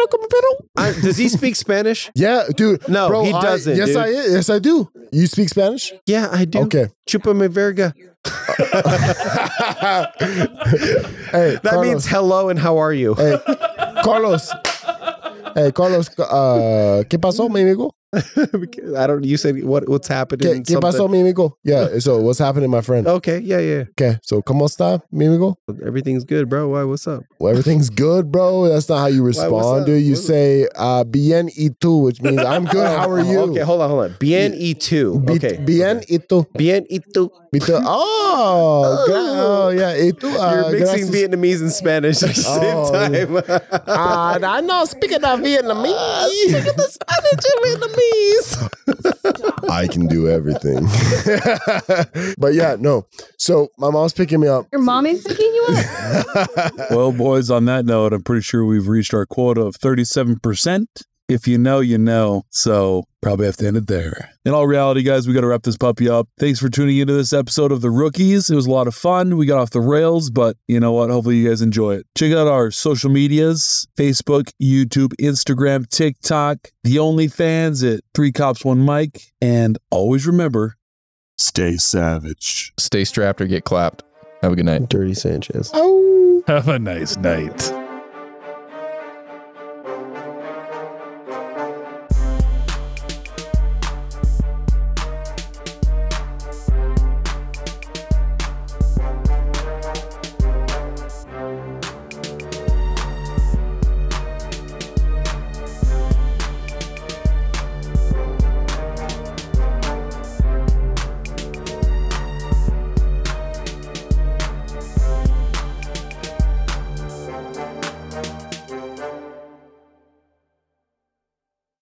[SPEAKER 3] I- does he speak Spanish?
[SPEAKER 4] Yeah, dude.
[SPEAKER 3] No, he
[SPEAKER 4] I-
[SPEAKER 3] doesn't,
[SPEAKER 4] yes,
[SPEAKER 3] dude.
[SPEAKER 4] I yes I do. You speak Spanish?
[SPEAKER 3] Yeah, I do.
[SPEAKER 4] Okay.
[SPEAKER 3] Chupa mi verga.
[SPEAKER 4] hey,
[SPEAKER 3] That means hello and how are you?
[SPEAKER 4] Hey, Carlos. Hey, Carlos. Uh, ¿Qué pasó, mi amigo?
[SPEAKER 3] I don't. You said what? What's happening?
[SPEAKER 4] ¿Qué, ¿Qué
[SPEAKER 3] something.
[SPEAKER 4] pasó, mi amigo? Yeah. So, what's happening, my friend?
[SPEAKER 3] Okay. Yeah. Yeah.
[SPEAKER 4] Okay. So, ¿cómo está, mi amigo?
[SPEAKER 3] Everything's good, bro. Why? What's up?
[SPEAKER 4] Well, everything's good, bro. That's not how you
[SPEAKER 3] what's
[SPEAKER 4] respond,
[SPEAKER 3] up?
[SPEAKER 4] dude. You
[SPEAKER 3] What-
[SPEAKER 4] say uh, bien y tú, which means I'm good. How are you?
[SPEAKER 3] Oh, Okay. Hold on. Hold on. Bien e two.
[SPEAKER 4] Bi-
[SPEAKER 3] Okay.
[SPEAKER 4] Bien y tú.
[SPEAKER 3] Bien e two.
[SPEAKER 4] Me too. Oh, gra- oh, yeah. Y tú, uh,
[SPEAKER 3] You're mixing
[SPEAKER 4] gracias.
[SPEAKER 3] Vietnamese and Spanish at the same
[SPEAKER 4] Oh,
[SPEAKER 3] time.
[SPEAKER 4] Uh, I know. Speaking of
[SPEAKER 3] Ah,
[SPEAKER 4] Vietnamese,
[SPEAKER 3] Vietnamese.
[SPEAKER 4] I can do everything. but yeah, no. So my mom's picking me up.
[SPEAKER 11] Your mommy's picking you up.
[SPEAKER 1] Well, boys, on that note, I'm pretty sure we've reached our quota of 37%. If you know, you know. So probably have to end it there. In all reality, guys, we got to wrap this puppy up. Thanks for tuning into this episode of The Rookies. It was a lot of fun. We got off the rails, but you know what? Hopefully, you guys enjoy it. Check out our social medias Facebook, YouTube, Instagram, TikTok, The OnlyFans at Three Cops, One Mic. And always remember
[SPEAKER 12] Stay savage.
[SPEAKER 2] Stay strapped or get clapped. Have a good night.
[SPEAKER 3] Dirty Sanchez.
[SPEAKER 13] Have a nice night.